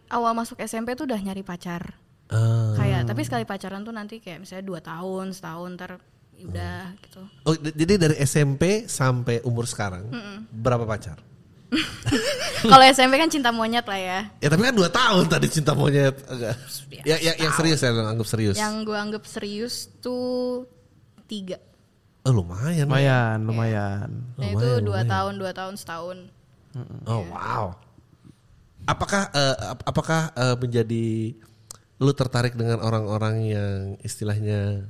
[SPEAKER 4] awal masuk SMP tuh udah nyari pacar.
[SPEAKER 2] Ah.
[SPEAKER 4] Kayak tapi sekali pacaran tuh nanti kayak misalnya dua tahun, setahun ntar ya udah gitu.
[SPEAKER 2] Oh, d- jadi dari SMP sampai umur sekarang berapa pacar?
[SPEAKER 4] Kalau SMP kan cinta monyet lah ya.
[SPEAKER 2] Ya tapi kan 2 tahun tadi cinta monyet. Agak. Ya, ya, yang serius ya yang anggap serius.
[SPEAKER 4] Yang gue anggap serius tuh tiga.
[SPEAKER 2] Oh, lumayan.
[SPEAKER 3] Lumayan, lumayan.
[SPEAKER 4] Nah itu dua tahun, dua tahun, setahun.
[SPEAKER 2] Oh wow. Apakah eh, ap- apakah eh, menjadi lu tertarik dengan orang-orang yang istilahnya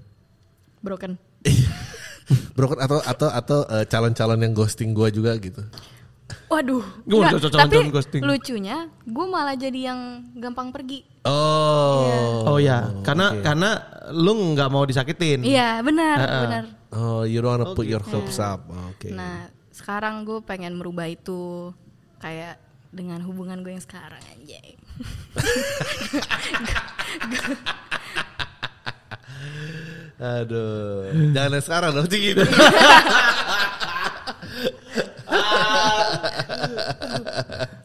[SPEAKER 4] Broken.
[SPEAKER 2] broken atau atau atau eh, calon-calon yang ghosting gua juga gitu.
[SPEAKER 4] Waduh.
[SPEAKER 3] Gua
[SPEAKER 4] enggak.
[SPEAKER 3] udah calon-calon
[SPEAKER 4] tapi
[SPEAKER 3] ghosting.
[SPEAKER 4] lucunya gue malah jadi yang gampang pergi.
[SPEAKER 2] Oh.
[SPEAKER 3] Oh, ya, karena karena lu nggak mau disakitin.
[SPEAKER 4] Iya benar, benar.
[SPEAKER 2] Oh, you don't wanna put your hopes up. Oke.
[SPEAKER 4] gitu. Nah, sekarang gue pengen merubah itu kayak dengan hubungan gue yang sekarang aja.
[SPEAKER 2] Aduh. Jangan yang sekarang dong gitu.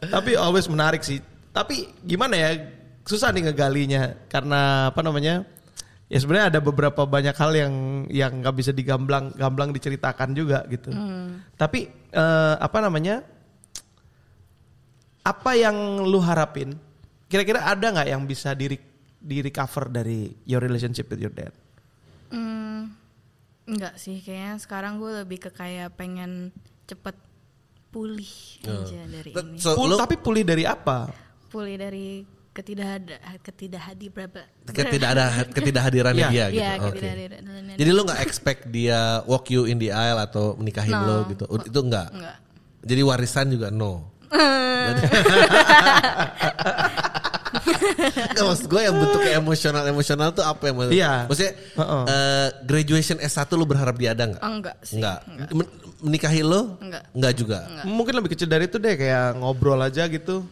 [SPEAKER 3] Tapi always menarik sih. Tapi gimana ya? susah nih ngegalinya karena apa namanya? Ya sebenarnya ada beberapa banyak hal yang yang nggak bisa digamblang gamblang diceritakan juga gitu. Tapi eh, apa namanya? Apa yang lu harapin? Kira-kira ada nggak yang bisa di di recover dari your relationship with your dad?
[SPEAKER 4] Hmm, enggak sih kayaknya sekarang gue lebih ke kayak pengen cepet pulih
[SPEAKER 2] Oh.
[SPEAKER 4] aja dari
[SPEAKER 2] T-
[SPEAKER 4] ini.
[SPEAKER 2] So, lu
[SPEAKER 3] Pul- tapi pulih dari apa?
[SPEAKER 4] Pulih dari ketidakhad ketidakhadi berapa?
[SPEAKER 2] ketidak ada ketidakhadirannya
[SPEAKER 3] Iya.
[SPEAKER 2] dia gitu.
[SPEAKER 4] Iya,
[SPEAKER 2] Oke.
[SPEAKER 4] ketidakhadirannya.
[SPEAKER 2] Jadi lu nggak expect dia walk you in the aisle atau menikahi
[SPEAKER 4] No.
[SPEAKER 2] lo gitu. Ud- Itu enggak.
[SPEAKER 4] Enggak.
[SPEAKER 2] Jadi warisan juga no. Nggak, maksud gue yang bentuk kayak emosional emosional tuh apa yang maksud?
[SPEAKER 3] Iya.
[SPEAKER 2] Maksudnya
[SPEAKER 3] Heeh.
[SPEAKER 2] eh, graduation S1 lu berharap dia ada nggak?
[SPEAKER 4] Enggak Oh, sih.
[SPEAKER 2] Enggak. Men- Menikahi lo?
[SPEAKER 4] Enggak.
[SPEAKER 2] Enggak juga.
[SPEAKER 3] Mungkin lebih kecil dari itu deh kayak ngobrol aja gitu.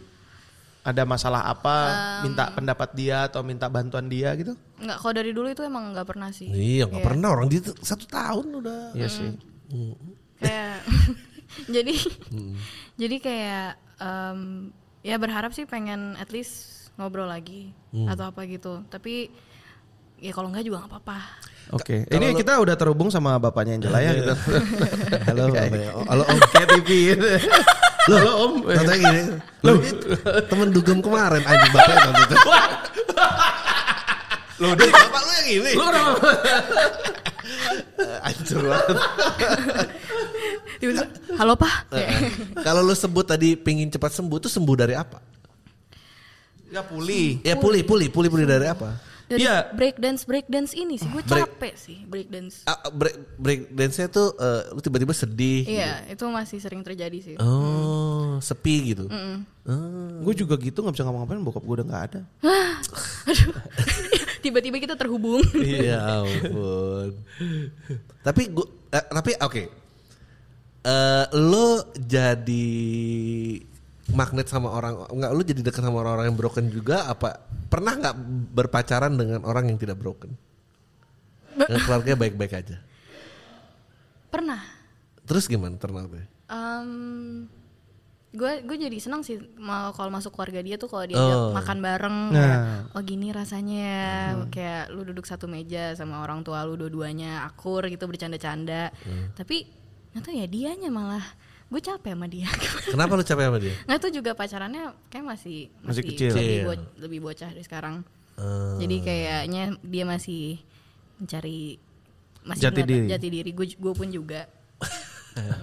[SPEAKER 3] Ada masalah apa, minta pendapat dia atau minta bantuan dia gitu.
[SPEAKER 4] Enggak, kalau dari dulu itu emang enggak pernah sih.
[SPEAKER 2] Iya, nggak pernah orang dia tuh satu tahun udah.
[SPEAKER 3] Iya sih.
[SPEAKER 4] kayak jadi jadi kayak em, ya berharap sih pengen at least ngobrol lagi
[SPEAKER 2] Mm.
[SPEAKER 4] atau apa gitu tapi ya kalau enggak juga nggak apa-apa
[SPEAKER 3] Oke. Ini kita udah terhubung sama bapaknya Angela ya gitu.
[SPEAKER 2] Halo,
[SPEAKER 3] Iya,
[SPEAKER 2] halo, halo, Om.
[SPEAKER 3] Kayak TV gitu. Loh, om.
[SPEAKER 2] Contohnya gini, lu temen dugem kemarin anjing bapaknya nonton itu. Lu udah bapak lu yang ini. Lu Hancur banget.
[SPEAKER 4] Tiba-tiba, halo pak
[SPEAKER 2] Eh, Kalau lu sebut tadi pingin cepat sembuh tuh sembuh dari apa?
[SPEAKER 3] Enggak pulih.
[SPEAKER 2] Ya pulih, pulih, pulih, pulih dari apa?
[SPEAKER 4] dari
[SPEAKER 3] Iya.
[SPEAKER 4] break dance break dance ini sih gue
[SPEAKER 2] Break-
[SPEAKER 4] capek sih break dance
[SPEAKER 2] Ah, break, break dance-nya tuh eh, lu tiba-tiba sedih.
[SPEAKER 4] iya itu masih sering terjadi sih
[SPEAKER 2] Oh, sepi gitu.
[SPEAKER 3] Gue juga gitu nggak bisa ngomong-ngapain bokap gue udah nggak ada.
[SPEAKER 4] Aduh. tiba-tiba kita terhubung
[SPEAKER 2] Iya ampun. tapi gua eh, tapi oke. Eh, lo jadi magnet sama orang enggak lo jadi dekat sama orang-orang yang broken juga apa pernah nggak berpacaran dengan orang yang tidak broken? Dengan keluarganya baik-baik aja.
[SPEAKER 4] pernah
[SPEAKER 2] Terus gimana turnoutnya?
[SPEAKER 4] gue gue jadi senang sih mau kalau masuk keluarga dia tuh kalau diajak
[SPEAKER 2] Oh.
[SPEAKER 4] makan bareng
[SPEAKER 3] Nah.
[SPEAKER 4] kayak, oh gini rasanya ya."
[SPEAKER 3] Hmm.
[SPEAKER 4] kayak lu duduk satu meja sama orang tua lu dua-duanya akur gitu bercanda-canda
[SPEAKER 3] Hmm.
[SPEAKER 4] tapi nggak tahu ya dianya malah gue capek sama dia
[SPEAKER 2] Kenapa lo capek sama dia?
[SPEAKER 4] nggak tuh juga pacarannya kayak masih
[SPEAKER 3] Masih kecil. Iya. Oh.
[SPEAKER 4] lebih,
[SPEAKER 2] Kecil.
[SPEAKER 4] bo- lebih bocah dari sekarang jadi kayaknya dia masih mencari masih
[SPEAKER 3] Jati
[SPEAKER 4] berada-
[SPEAKER 3] diri.
[SPEAKER 4] jati diri gue gue pun juga
[SPEAKER 2] Iya,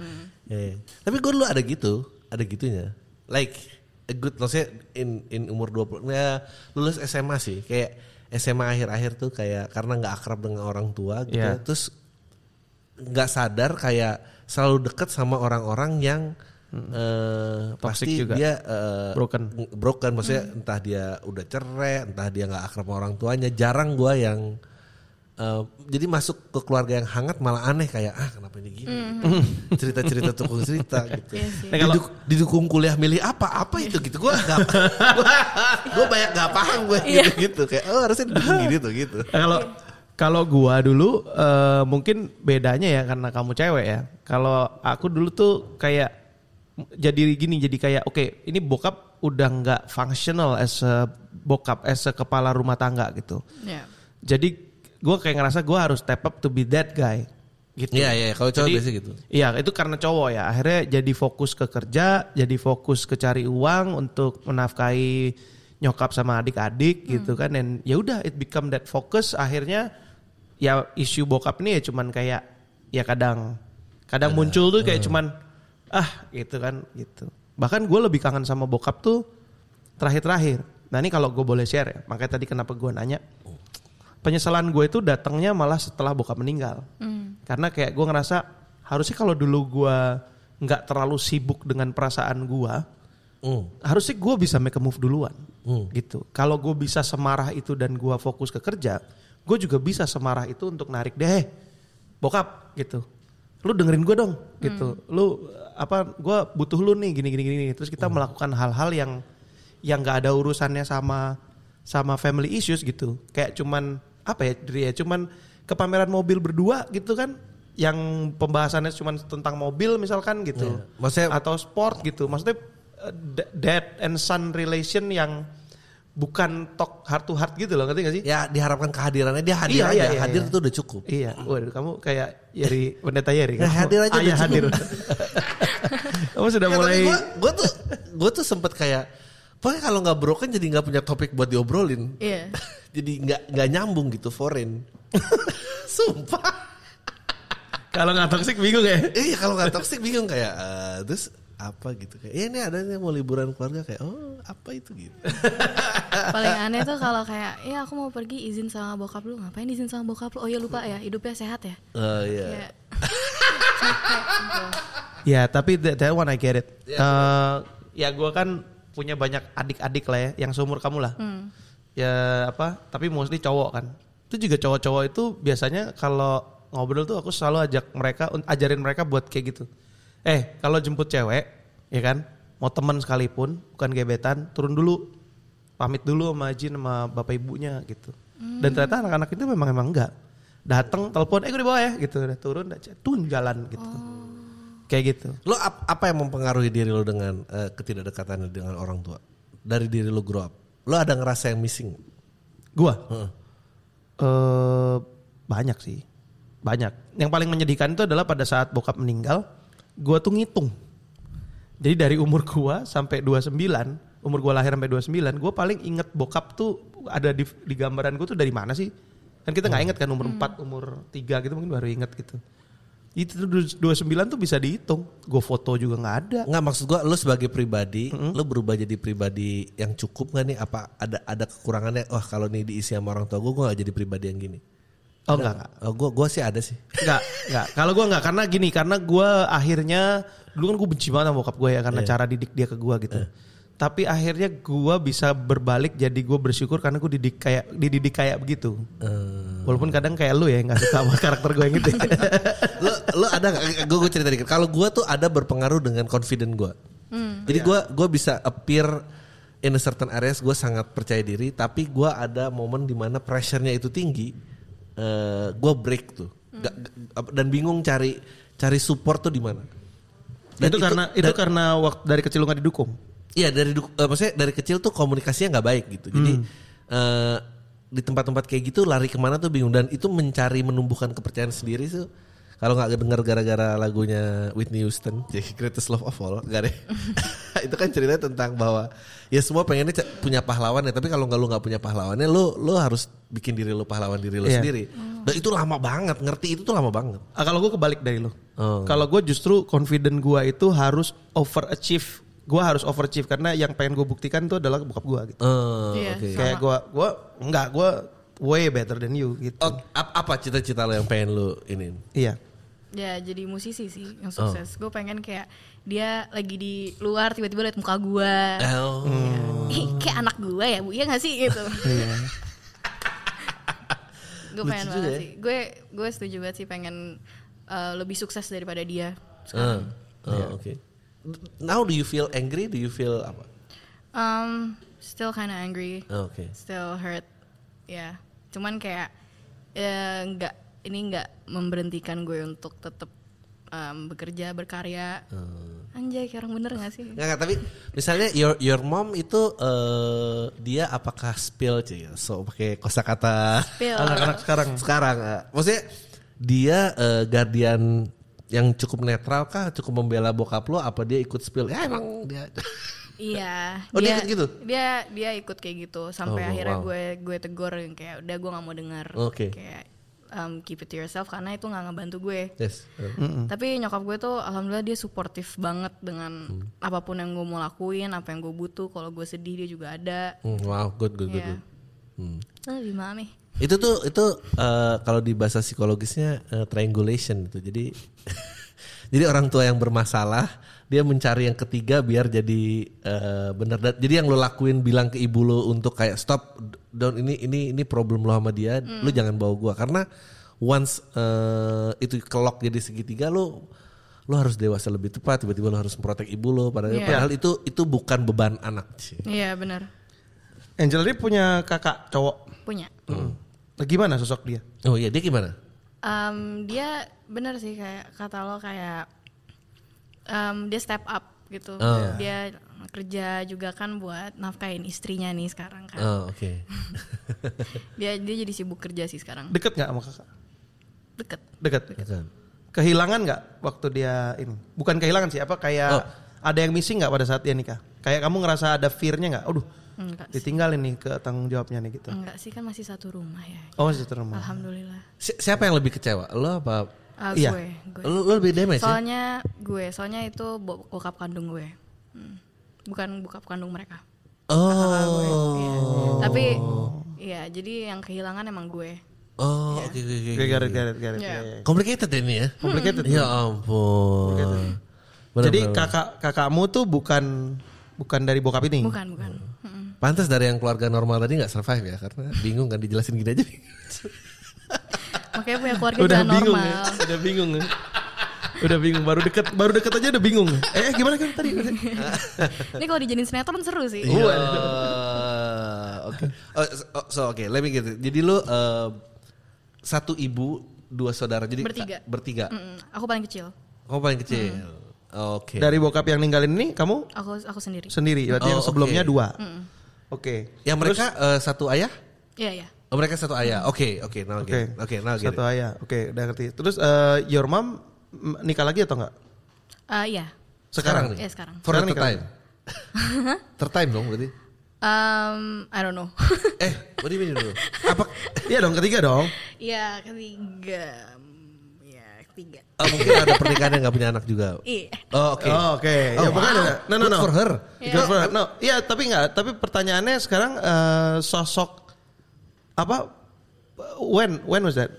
[SPEAKER 2] iya. Tapi gue dulu ada gitu, ada gitunya. Like a good maksudnya in in umur 20 ya lulus SMA sih. Kayak SMA akhir-akhir tuh kayak karena nggak akrab dengan orang tua gitu.
[SPEAKER 3] Iya.
[SPEAKER 2] ya, Terus nggak sadar kayak selalu deket sama orang-orang yang eh,
[SPEAKER 3] Toxic
[SPEAKER 2] pasti
[SPEAKER 3] juga.
[SPEAKER 2] dia eh,
[SPEAKER 3] Broken.
[SPEAKER 2] ng- broken maksudnya entah dia udah cerai entah dia nggak akrab sama orang tuanya jarang gua yang eh, jadi masuk ke keluarga yang hangat malah aneh kayak ah kenapa ini gini Gitu. cerita-cerita tukung cerita gitu
[SPEAKER 3] Nah, kalau-
[SPEAKER 2] Diduk- didukung kuliah milih apa apa itu gitu gua nggak gua, gua banyak nggak paham gue gitu gitu kayak oh harusnya didukung gini tuh gitu
[SPEAKER 3] Nah, kalau kalau gua dulu eh, mungkin bedanya ya karena kamu cewek ya. Kalau aku dulu tuh kayak m- jadi gini jadi kayak oke ini bokap udah nggak functional as a bokap as a kepala rumah tangga gitu.
[SPEAKER 4] ya
[SPEAKER 3] Jadi gua kayak ngerasa gua harus step up to be that guy gitu.
[SPEAKER 2] Iya iya kalau cowok
[SPEAKER 3] Jadi-
[SPEAKER 2] biasa gitu.
[SPEAKER 3] Iya itu karena cowok ya akhirnya jadi fokus ke kerja, jadi fokus ke cari uang untuk menafkahi nyokap sama
[SPEAKER 2] Hmm.
[SPEAKER 3] adik-adik gitu kan dan ya udah it become that focus akhirnya ya isu bokap nih ya cuman kayak ya kadang kadang muncul tuh
[SPEAKER 2] Hmm.
[SPEAKER 3] kayak cuman ah gitu kan gitu bahkan gue lebih kangen sama bokap tuh terakhir-terakhir nah ini kalau gue boleh share ya makanya tadi kenapa gue nanya penyesalan gue itu datangnya malah setelah bokap meninggal karena kayak gue ngerasa harusnya kalau dulu gue nggak terlalu sibuk dengan perasaan gue
[SPEAKER 2] Hmm.
[SPEAKER 3] harusnya gue bisa make a move duluan
[SPEAKER 2] Hmm.
[SPEAKER 3] gitu kalau gue bisa semarah itu dan gue fokus ke kerja gue juga bisa semarah itu untuk narik deh bokap gitu lu dengerin gue dong gitu lu apa gue butuh lu nih gini gini gini terus
[SPEAKER 2] Hmm.
[SPEAKER 3] kita melakukan hal-hal yang yang nggak ada urusannya sama sama family issues gitu kayak cuman apa ya diri ya cuman ke pameran mobil berdua gitu kan yang pembahasannya cuman tentang mobil misalkan
[SPEAKER 2] Iya.
[SPEAKER 3] gitu
[SPEAKER 2] Maksudnya
[SPEAKER 3] eh, atau sport gitu. Maksudnya uh, d- dad and son relation yang bukan talk heart to heart gitu loh ngerti gak sih?
[SPEAKER 2] Ya diharapkan kehadirannya dia hadir
[SPEAKER 3] Iya,
[SPEAKER 2] aja.
[SPEAKER 3] iya, iya,
[SPEAKER 2] hadir
[SPEAKER 3] iya.
[SPEAKER 2] itu udah cukup.
[SPEAKER 3] Iya, waduh kamu kayak Yeri pendeta Yeri.
[SPEAKER 2] Ya,
[SPEAKER 3] kamu.
[SPEAKER 2] hadir aja Iya, udah
[SPEAKER 3] Ayah
[SPEAKER 2] cukup.
[SPEAKER 3] hadir. kamu sudah mulai
[SPEAKER 2] gue tuh gue tuh sempet kayak pokoknya kalau nggak broken jadi nggak punya topik buat diobrolin.
[SPEAKER 4] Iya.
[SPEAKER 2] jadi nggak nggak nyambung gitu foreign. Sumpah.
[SPEAKER 6] Kalau nggak toksik bingung ya.
[SPEAKER 2] Iya kalau nggak toxic bingung kayak eh, terus apa gitu kayak "Iya, ini ada nih mau liburan keluarga kayak oh apa itu gitu.
[SPEAKER 4] Paling aneh tuh kalau kayak, ya aku mau pergi izin sama bokap lu. Ngapain izin sama bokap lu? Oh ya lupa ya, hidupnya sehat ya.
[SPEAKER 2] Oh iya.
[SPEAKER 4] Kayak,
[SPEAKER 3] Ya, tapi that, that one I get it. Eh, ya gue kan punya banyak adik-adik lah ya, yang seumur kamu lah. Ya apa? Tapi mostly cowok kan. Itu juga cowok-cowok itu biasanya kalau ngobrol tuh aku selalu ajak mereka, un- ajarin mereka buat kayak gitu. Eh, kalau jemput cewek, ya kan, mau temen sekalipun, bukan gebetan, turun dulu, pamit dulu sama Jin sama bapak ibunya gitu. Dan ternyata anak-anak itu memang emang enggak. Datang, telepon, eh gue di bawah ya gitu. Udah turun, udah c- tun jalan gitu. Kayak gitu.
[SPEAKER 2] Lo ap- apa yang mempengaruhi diri lo dengan eh, ketidakdekatan dengan orang tua? Dari diri lo grow up. Lo ada ngerasa yang missing?
[SPEAKER 3] Gua
[SPEAKER 2] Heeh.
[SPEAKER 3] eh banyak sih. Banyak. Yang paling menyedihkan itu adalah pada saat bokap meninggal, gua tuh ngitung. Jadi dari umur gua sampai 29, umur gua lahir sampai 29, gua paling inget bokap tuh ada di, di gambaran gua tuh dari mana sih? Kan kita nggak inget kan umur 4, umur 3 gitu mungkin baru inget gitu. Itu tuh 29 tuh bisa dihitung. Gua foto juga nggak ada.
[SPEAKER 2] Nggak maksud gua lo sebagai pribadi, lo berubah jadi pribadi yang cukup nggak nih? Apa ada ada kekurangannya? Wah kalau nih diisi sama orang tua gue, gue nggak jadi pribadi yang gini.
[SPEAKER 3] Oh enggak, enggak.
[SPEAKER 2] Oh, gue gue sih ada sih.
[SPEAKER 3] Enggak, enggak. Kalau gue enggak karena gini, karena gue akhirnya dulu kan gue benci banget sama bokap gue ya
[SPEAKER 2] Iya.
[SPEAKER 3] karena cara didik dia ke gue gitu. Tapi akhirnya gue bisa berbalik jadi gue bersyukur karena gue didik kayak dididik kayak begitu.
[SPEAKER 2] Eh.
[SPEAKER 3] Walaupun kadang kayak lu ya yang nggak suka sama karakter gue yang gitu.
[SPEAKER 2] lo lo ada nggak? Gue cerita dikit. Kalau gue tuh ada berpengaruh dengan confident gue. Jadi
[SPEAKER 3] Iya.
[SPEAKER 2] gue gue bisa appear in a certain areas gue sangat percaya diri. Tapi gue ada momen dimana pressure-nya itu tinggi. eh gue break tuh Nggak- nggak- dan bingung cari cari support tuh di mana. Dan
[SPEAKER 3] itu, karena itu karena waktu dari kecil lu nggak didukung.
[SPEAKER 2] Iya dari duk- eh, maksudnya dari kecil tuh komunikasinya nggak baik gitu. Jadi eh, di tempat-tempat kayak gitu lari kemana tuh bingung dan itu mencari menumbuhkan kepercayaan sendiri tuh. Kalau nggak dengar gara-gara lagunya Whitney Houston, jadi Greatest Love of All, nggak deh. itu kan ceritanya tentang bahwa ya semua pengennya ce- punya pahlawan ya, tapi kalau nggak lu nggak punya pahlawannya, lu lu harus bikin diri lu pahlawan diri lu
[SPEAKER 3] Iya.
[SPEAKER 2] sendiri. Dan itu lama banget, ngerti itu tuh lama banget.
[SPEAKER 3] Ah, kalau gue kebalik dari lu.
[SPEAKER 2] Oh.
[SPEAKER 3] Kalau gue justru confident gue itu harus overachieve. Gue harus overachieve karena yang pengen gue buktikan itu adalah bokap gue gitu.
[SPEAKER 2] Eh,
[SPEAKER 4] Iya.
[SPEAKER 2] oke.
[SPEAKER 3] Kayak gue gue enggak gue way better than you gitu.
[SPEAKER 2] Oh, ap- apa cita-cita lo yang pengen lu ini?
[SPEAKER 3] Iya.
[SPEAKER 4] ya jadi musisi sih
[SPEAKER 2] Oh.
[SPEAKER 4] yang sukses. Gue pengen kayak dia lagi di luar tiba-tiba liat muka gue.
[SPEAKER 2] Oh.
[SPEAKER 4] Ih, kayak anak gue ya bu, iya gak sih gitu. gue
[SPEAKER 2] Iya.
[SPEAKER 4] pengen
[SPEAKER 2] Lucu juga
[SPEAKER 4] banget
[SPEAKER 2] ya.
[SPEAKER 4] sih. Gue gue setuju banget sih pengen eh, lebih sukses daripada dia.
[SPEAKER 2] Ah, ah, oke. Now do you feel angry? Do you feel apa?
[SPEAKER 4] Um, still kinda angry,
[SPEAKER 2] Ah, Oke.
[SPEAKER 4] still hurt, ya. Cuman kayak eh, nggak ini nggak memberhentikan gue untuk tetap em, bekerja berkarya.
[SPEAKER 2] Hmm.
[SPEAKER 4] Anjay, kayak orang bener gak sih?
[SPEAKER 2] Nggak, nggak, tapi misalnya your your mom itu eh, dia apakah spill sih? So pakai kosakata
[SPEAKER 4] Pil.
[SPEAKER 3] Anak-anak sekarang.
[SPEAKER 2] sekarang. eh, maksudnya dia eh, guardian yang cukup netral kah? Cukup membela bokap lo? Apa dia ikut spill? Ya emang dia.
[SPEAKER 4] Iya.
[SPEAKER 2] Oh, dia ikut gitu?
[SPEAKER 4] Dia dia ikut kayak gitu sampai
[SPEAKER 2] Oh,
[SPEAKER 4] akhirnya
[SPEAKER 2] wow.
[SPEAKER 4] gue gue tegur yang kayak udah gue nggak mau dengar.
[SPEAKER 2] Oke.
[SPEAKER 4] Kayak um, keep it to yourself karena itu nggak ngebantu gue.
[SPEAKER 2] yes. eh.
[SPEAKER 4] Tapi nyokap gue tuh alhamdulillah dia suportif banget dengan
[SPEAKER 2] Hmm.
[SPEAKER 4] apapun yang gue mau lakuin, apa yang gue butuh. Kalau gue sedih dia juga ada.
[SPEAKER 2] Hmm, wow, good good good.
[SPEAKER 4] Iya.
[SPEAKER 2] good. Hmm.
[SPEAKER 4] Lebih mami.
[SPEAKER 2] Itu tuh itu eh, kalau di bahasa psikologisnya eh, triangulation itu. Jadi jadi orang tua yang bermasalah dia mencari yang ketiga biar jadi eh, bener. Dan- Jadi yang lo lakuin bilang ke ibu lo untuk kayak stop down ini ini ini problem lo sama dia, lo jangan bawa gua karena once eh, itu kelok jadi segitiga lo lo harus dewasa lebih tepat tiba-tiba lo harus memprotek ibu lo padahal,
[SPEAKER 4] Iya.
[SPEAKER 2] padahal itu itu bukan beban anak sih.
[SPEAKER 4] Iya benar.
[SPEAKER 3] Angel ini punya kakak cowok. Nah,
[SPEAKER 4] Punya.
[SPEAKER 3] Gimana sosok dia?
[SPEAKER 2] Oh iya dia gimana?
[SPEAKER 4] Em, dia benar sih kayak kata lo kayak em, dia step up gitu.
[SPEAKER 2] Oh.
[SPEAKER 4] Dia kerja juga kan buat nafkain istrinya nih sekarang kan.
[SPEAKER 2] Oh, oke.
[SPEAKER 4] Dia dia jadi sibuk kerja sih sekarang.
[SPEAKER 3] Deket nggak sama kakak?
[SPEAKER 4] Deket.
[SPEAKER 3] Deket.
[SPEAKER 2] Betul.
[SPEAKER 3] Kehilangan nggak waktu dia ini? Bukan kehilangan sih, apa kayak
[SPEAKER 2] Oh.
[SPEAKER 3] ada yang missing nggak pada saat dia nikah? Kayak kamu ngerasa ada fear-nya nggak? Aduh,
[SPEAKER 4] Enggak sih.
[SPEAKER 3] ditinggalin nih ke tanggung jawabnya nih gitu.
[SPEAKER 4] Enggak sih kan masih satu rumah ya.
[SPEAKER 3] Oh, masih trauma.
[SPEAKER 4] Alhamdulillah.
[SPEAKER 2] Si- siapa yang lebih kecewa? Lo apa?
[SPEAKER 4] Ah,
[SPEAKER 3] Iya.
[SPEAKER 4] gue, gue.
[SPEAKER 2] Lo, lo lebih damage ya?
[SPEAKER 4] Soalnya gue, soalnya itu bo- bokap kandung gue. Hmm. Bukan bokap kandung mereka. Kakak gue, iya.
[SPEAKER 2] Oh.
[SPEAKER 4] Tapi iya, jadi yang kehilangan emang gue.
[SPEAKER 2] Oh, oke oke oke.
[SPEAKER 3] Oke, garet, garet, garet.
[SPEAKER 4] Iya.
[SPEAKER 3] Iya, iya.
[SPEAKER 2] Complicated ini ya.
[SPEAKER 4] Hmm.
[SPEAKER 3] Complicated.
[SPEAKER 2] Ya ampun. Bener,
[SPEAKER 3] Jadi
[SPEAKER 2] bener, bener.
[SPEAKER 3] kakak kakakmu tuh bukan bukan dari bokap ini.
[SPEAKER 4] Bukan, bukan.
[SPEAKER 2] Oh.
[SPEAKER 4] Hmm. Mm-mm.
[SPEAKER 2] Pantas dari yang keluarga normal tadi nggak survive ya karena bingung kan dijelasin gini aja.
[SPEAKER 4] Iya. Makanya punya keluarga
[SPEAKER 3] Udah
[SPEAKER 4] jangan
[SPEAKER 3] bingung ya.
[SPEAKER 4] normal.
[SPEAKER 3] Udah bingung ya. Udah bingung baru deket baru deket aja udah bingung. Eh gimana kan tadi?
[SPEAKER 4] Ini kalau dijadiin sinetron seru sih.
[SPEAKER 2] Iya. Oke. Oh, so- oh, so oke, let me get it. Jadi lu eh, satu ibu, dua saudara. Jadi
[SPEAKER 4] Bertiga. Hmm.
[SPEAKER 2] ka- Bertiga.
[SPEAKER 4] Mm-mm. Aku paling kecil.
[SPEAKER 2] Kamu paling kecil.
[SPEAKER 4] Hmm.
[SPEAKER 2] Oke.
[SPEAKER 3] dari bokap yang ninggalin ini kamu
[SPEAKER 4] Aku aku sendiri.
[SPEAKER 3] sendiri. Berarti
[SPEAKER 2] Oh,
[SPEAKER 3] yang sebelumnya
[SPEAKER 2] oke.
[SPEAKER 3] dua. Oke.
[SPEAKER 2] Yang mereka eh, satu ayah?
[SPEAKER 4] Iya, iya.
[SPEAKER 2] Oh, mereka satu ayah. Oke, oke, now I
[SPEAKER 3] Hmm. Oke.
[SPEAKER 2] get it. Oke, now I get
[SPEAKER 3] nah,
[SPEAKER 2] it.
[SPEAKER 3] Satu ayah. Oke, udah ngerti. Terus eh, your mom mm, nikah lagi atau enggak?
[SPEAKER 4] Eh, iya.
[SPEAKER 2] Sekarang nih.
[SPEAKER 4] Iya, sekarang.
[SPEAKER 2] For
[SPEAKER 3] Sekarang
[SPEAKER 2] the
[SPEAKER 3] nikah.
[SPEAKER 2] time. Tertime dong berarti.
[SPEAKER 4] Um, I don't know.
[SPEAKER 2] Eh, what do you mean dulu?
[SPEAKER 3] Apa? Iya dong, ketiga dong.
[SPEAKER 4] Iya, ketiga. Mm, Iya, ketiga.
[SPEAKER 2] Oh, mungkin ada pernikahan yang gak punya anak juga.
[SPEAKER 4] Iya.
[SPEAKER 2] Oh, oke.
[SPEAKER 3] Oh, oke. Ya,
[SPEAKER 2] Oh,
[SPEAKER 3] pokoknya
[SPEAKER 2] wow.
[SPEAKER 3] ada- no, no,
[SPEAKER 2] Good
[SPEAKER 3] no.
[SPEAKER 2] for her.
[SPEAKER 3] Iya, no. Iya, tapi nggak. Tapi pertanyaannya sekarang eh, sosok apa? When when was that?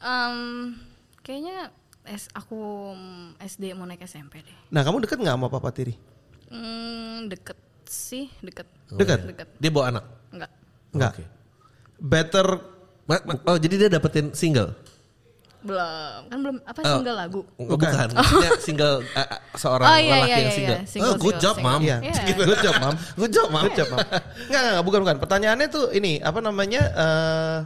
[SPEAKER 4] Um, kayaknya S aku mm, SD mau naik SMP deh.
[SPEAKER 3] Nah, kamu deket nggak sama Papa Tiri?
[SPEAKER 4] Hmm, deket sih, deket.
[SPEAKER 3] Deket?
[SPEAKER 4] Deket.
[SPEAKER 2] Dia bawa anak.
[SPEAKER 4] Enggak.
[SPEAKER 3] Nggak.
[SPEAKER 2] Oke.
[SPEAKER 3] Better
[SPEAKER 2] Ma- ma- Oh, jadi dia dapetin single.
[SPEAKER 4] Belum. Kan belum apa
[SPEAKER 2] Oh.
[SPEAKER 4] single lagu.
[SPEAKER 2] Bukan. Maksudnya single eh, eh, seorang
[SPEAKER 4] Oh, iya,
[SPEAKER 2] lelaki
[SPEAKER 4] iya,
[SPEAKER 2] yang
[SPEAKER 4] iya,
[SPEAKER 2] single.
[SPEAKER 4] iya. Single,
[SPEAKER 2] oh, good
[SPEAKER 4] single,
[SPEAKER 2] job,
[SPEAKER 4] single.
[SPEAKER 2] Mam.
[SPEAKER 3] Iya.
[SPEAKER 4] Iya.
[SPEAKER 3] Good job, Mam.
[SPEAKER 2] Good job, Mam.
[SPEAKER 3] Good job, Mam. Enggak, enggak, bukan bukan. Pertanyaannya tuh ini, apa namanya? eh,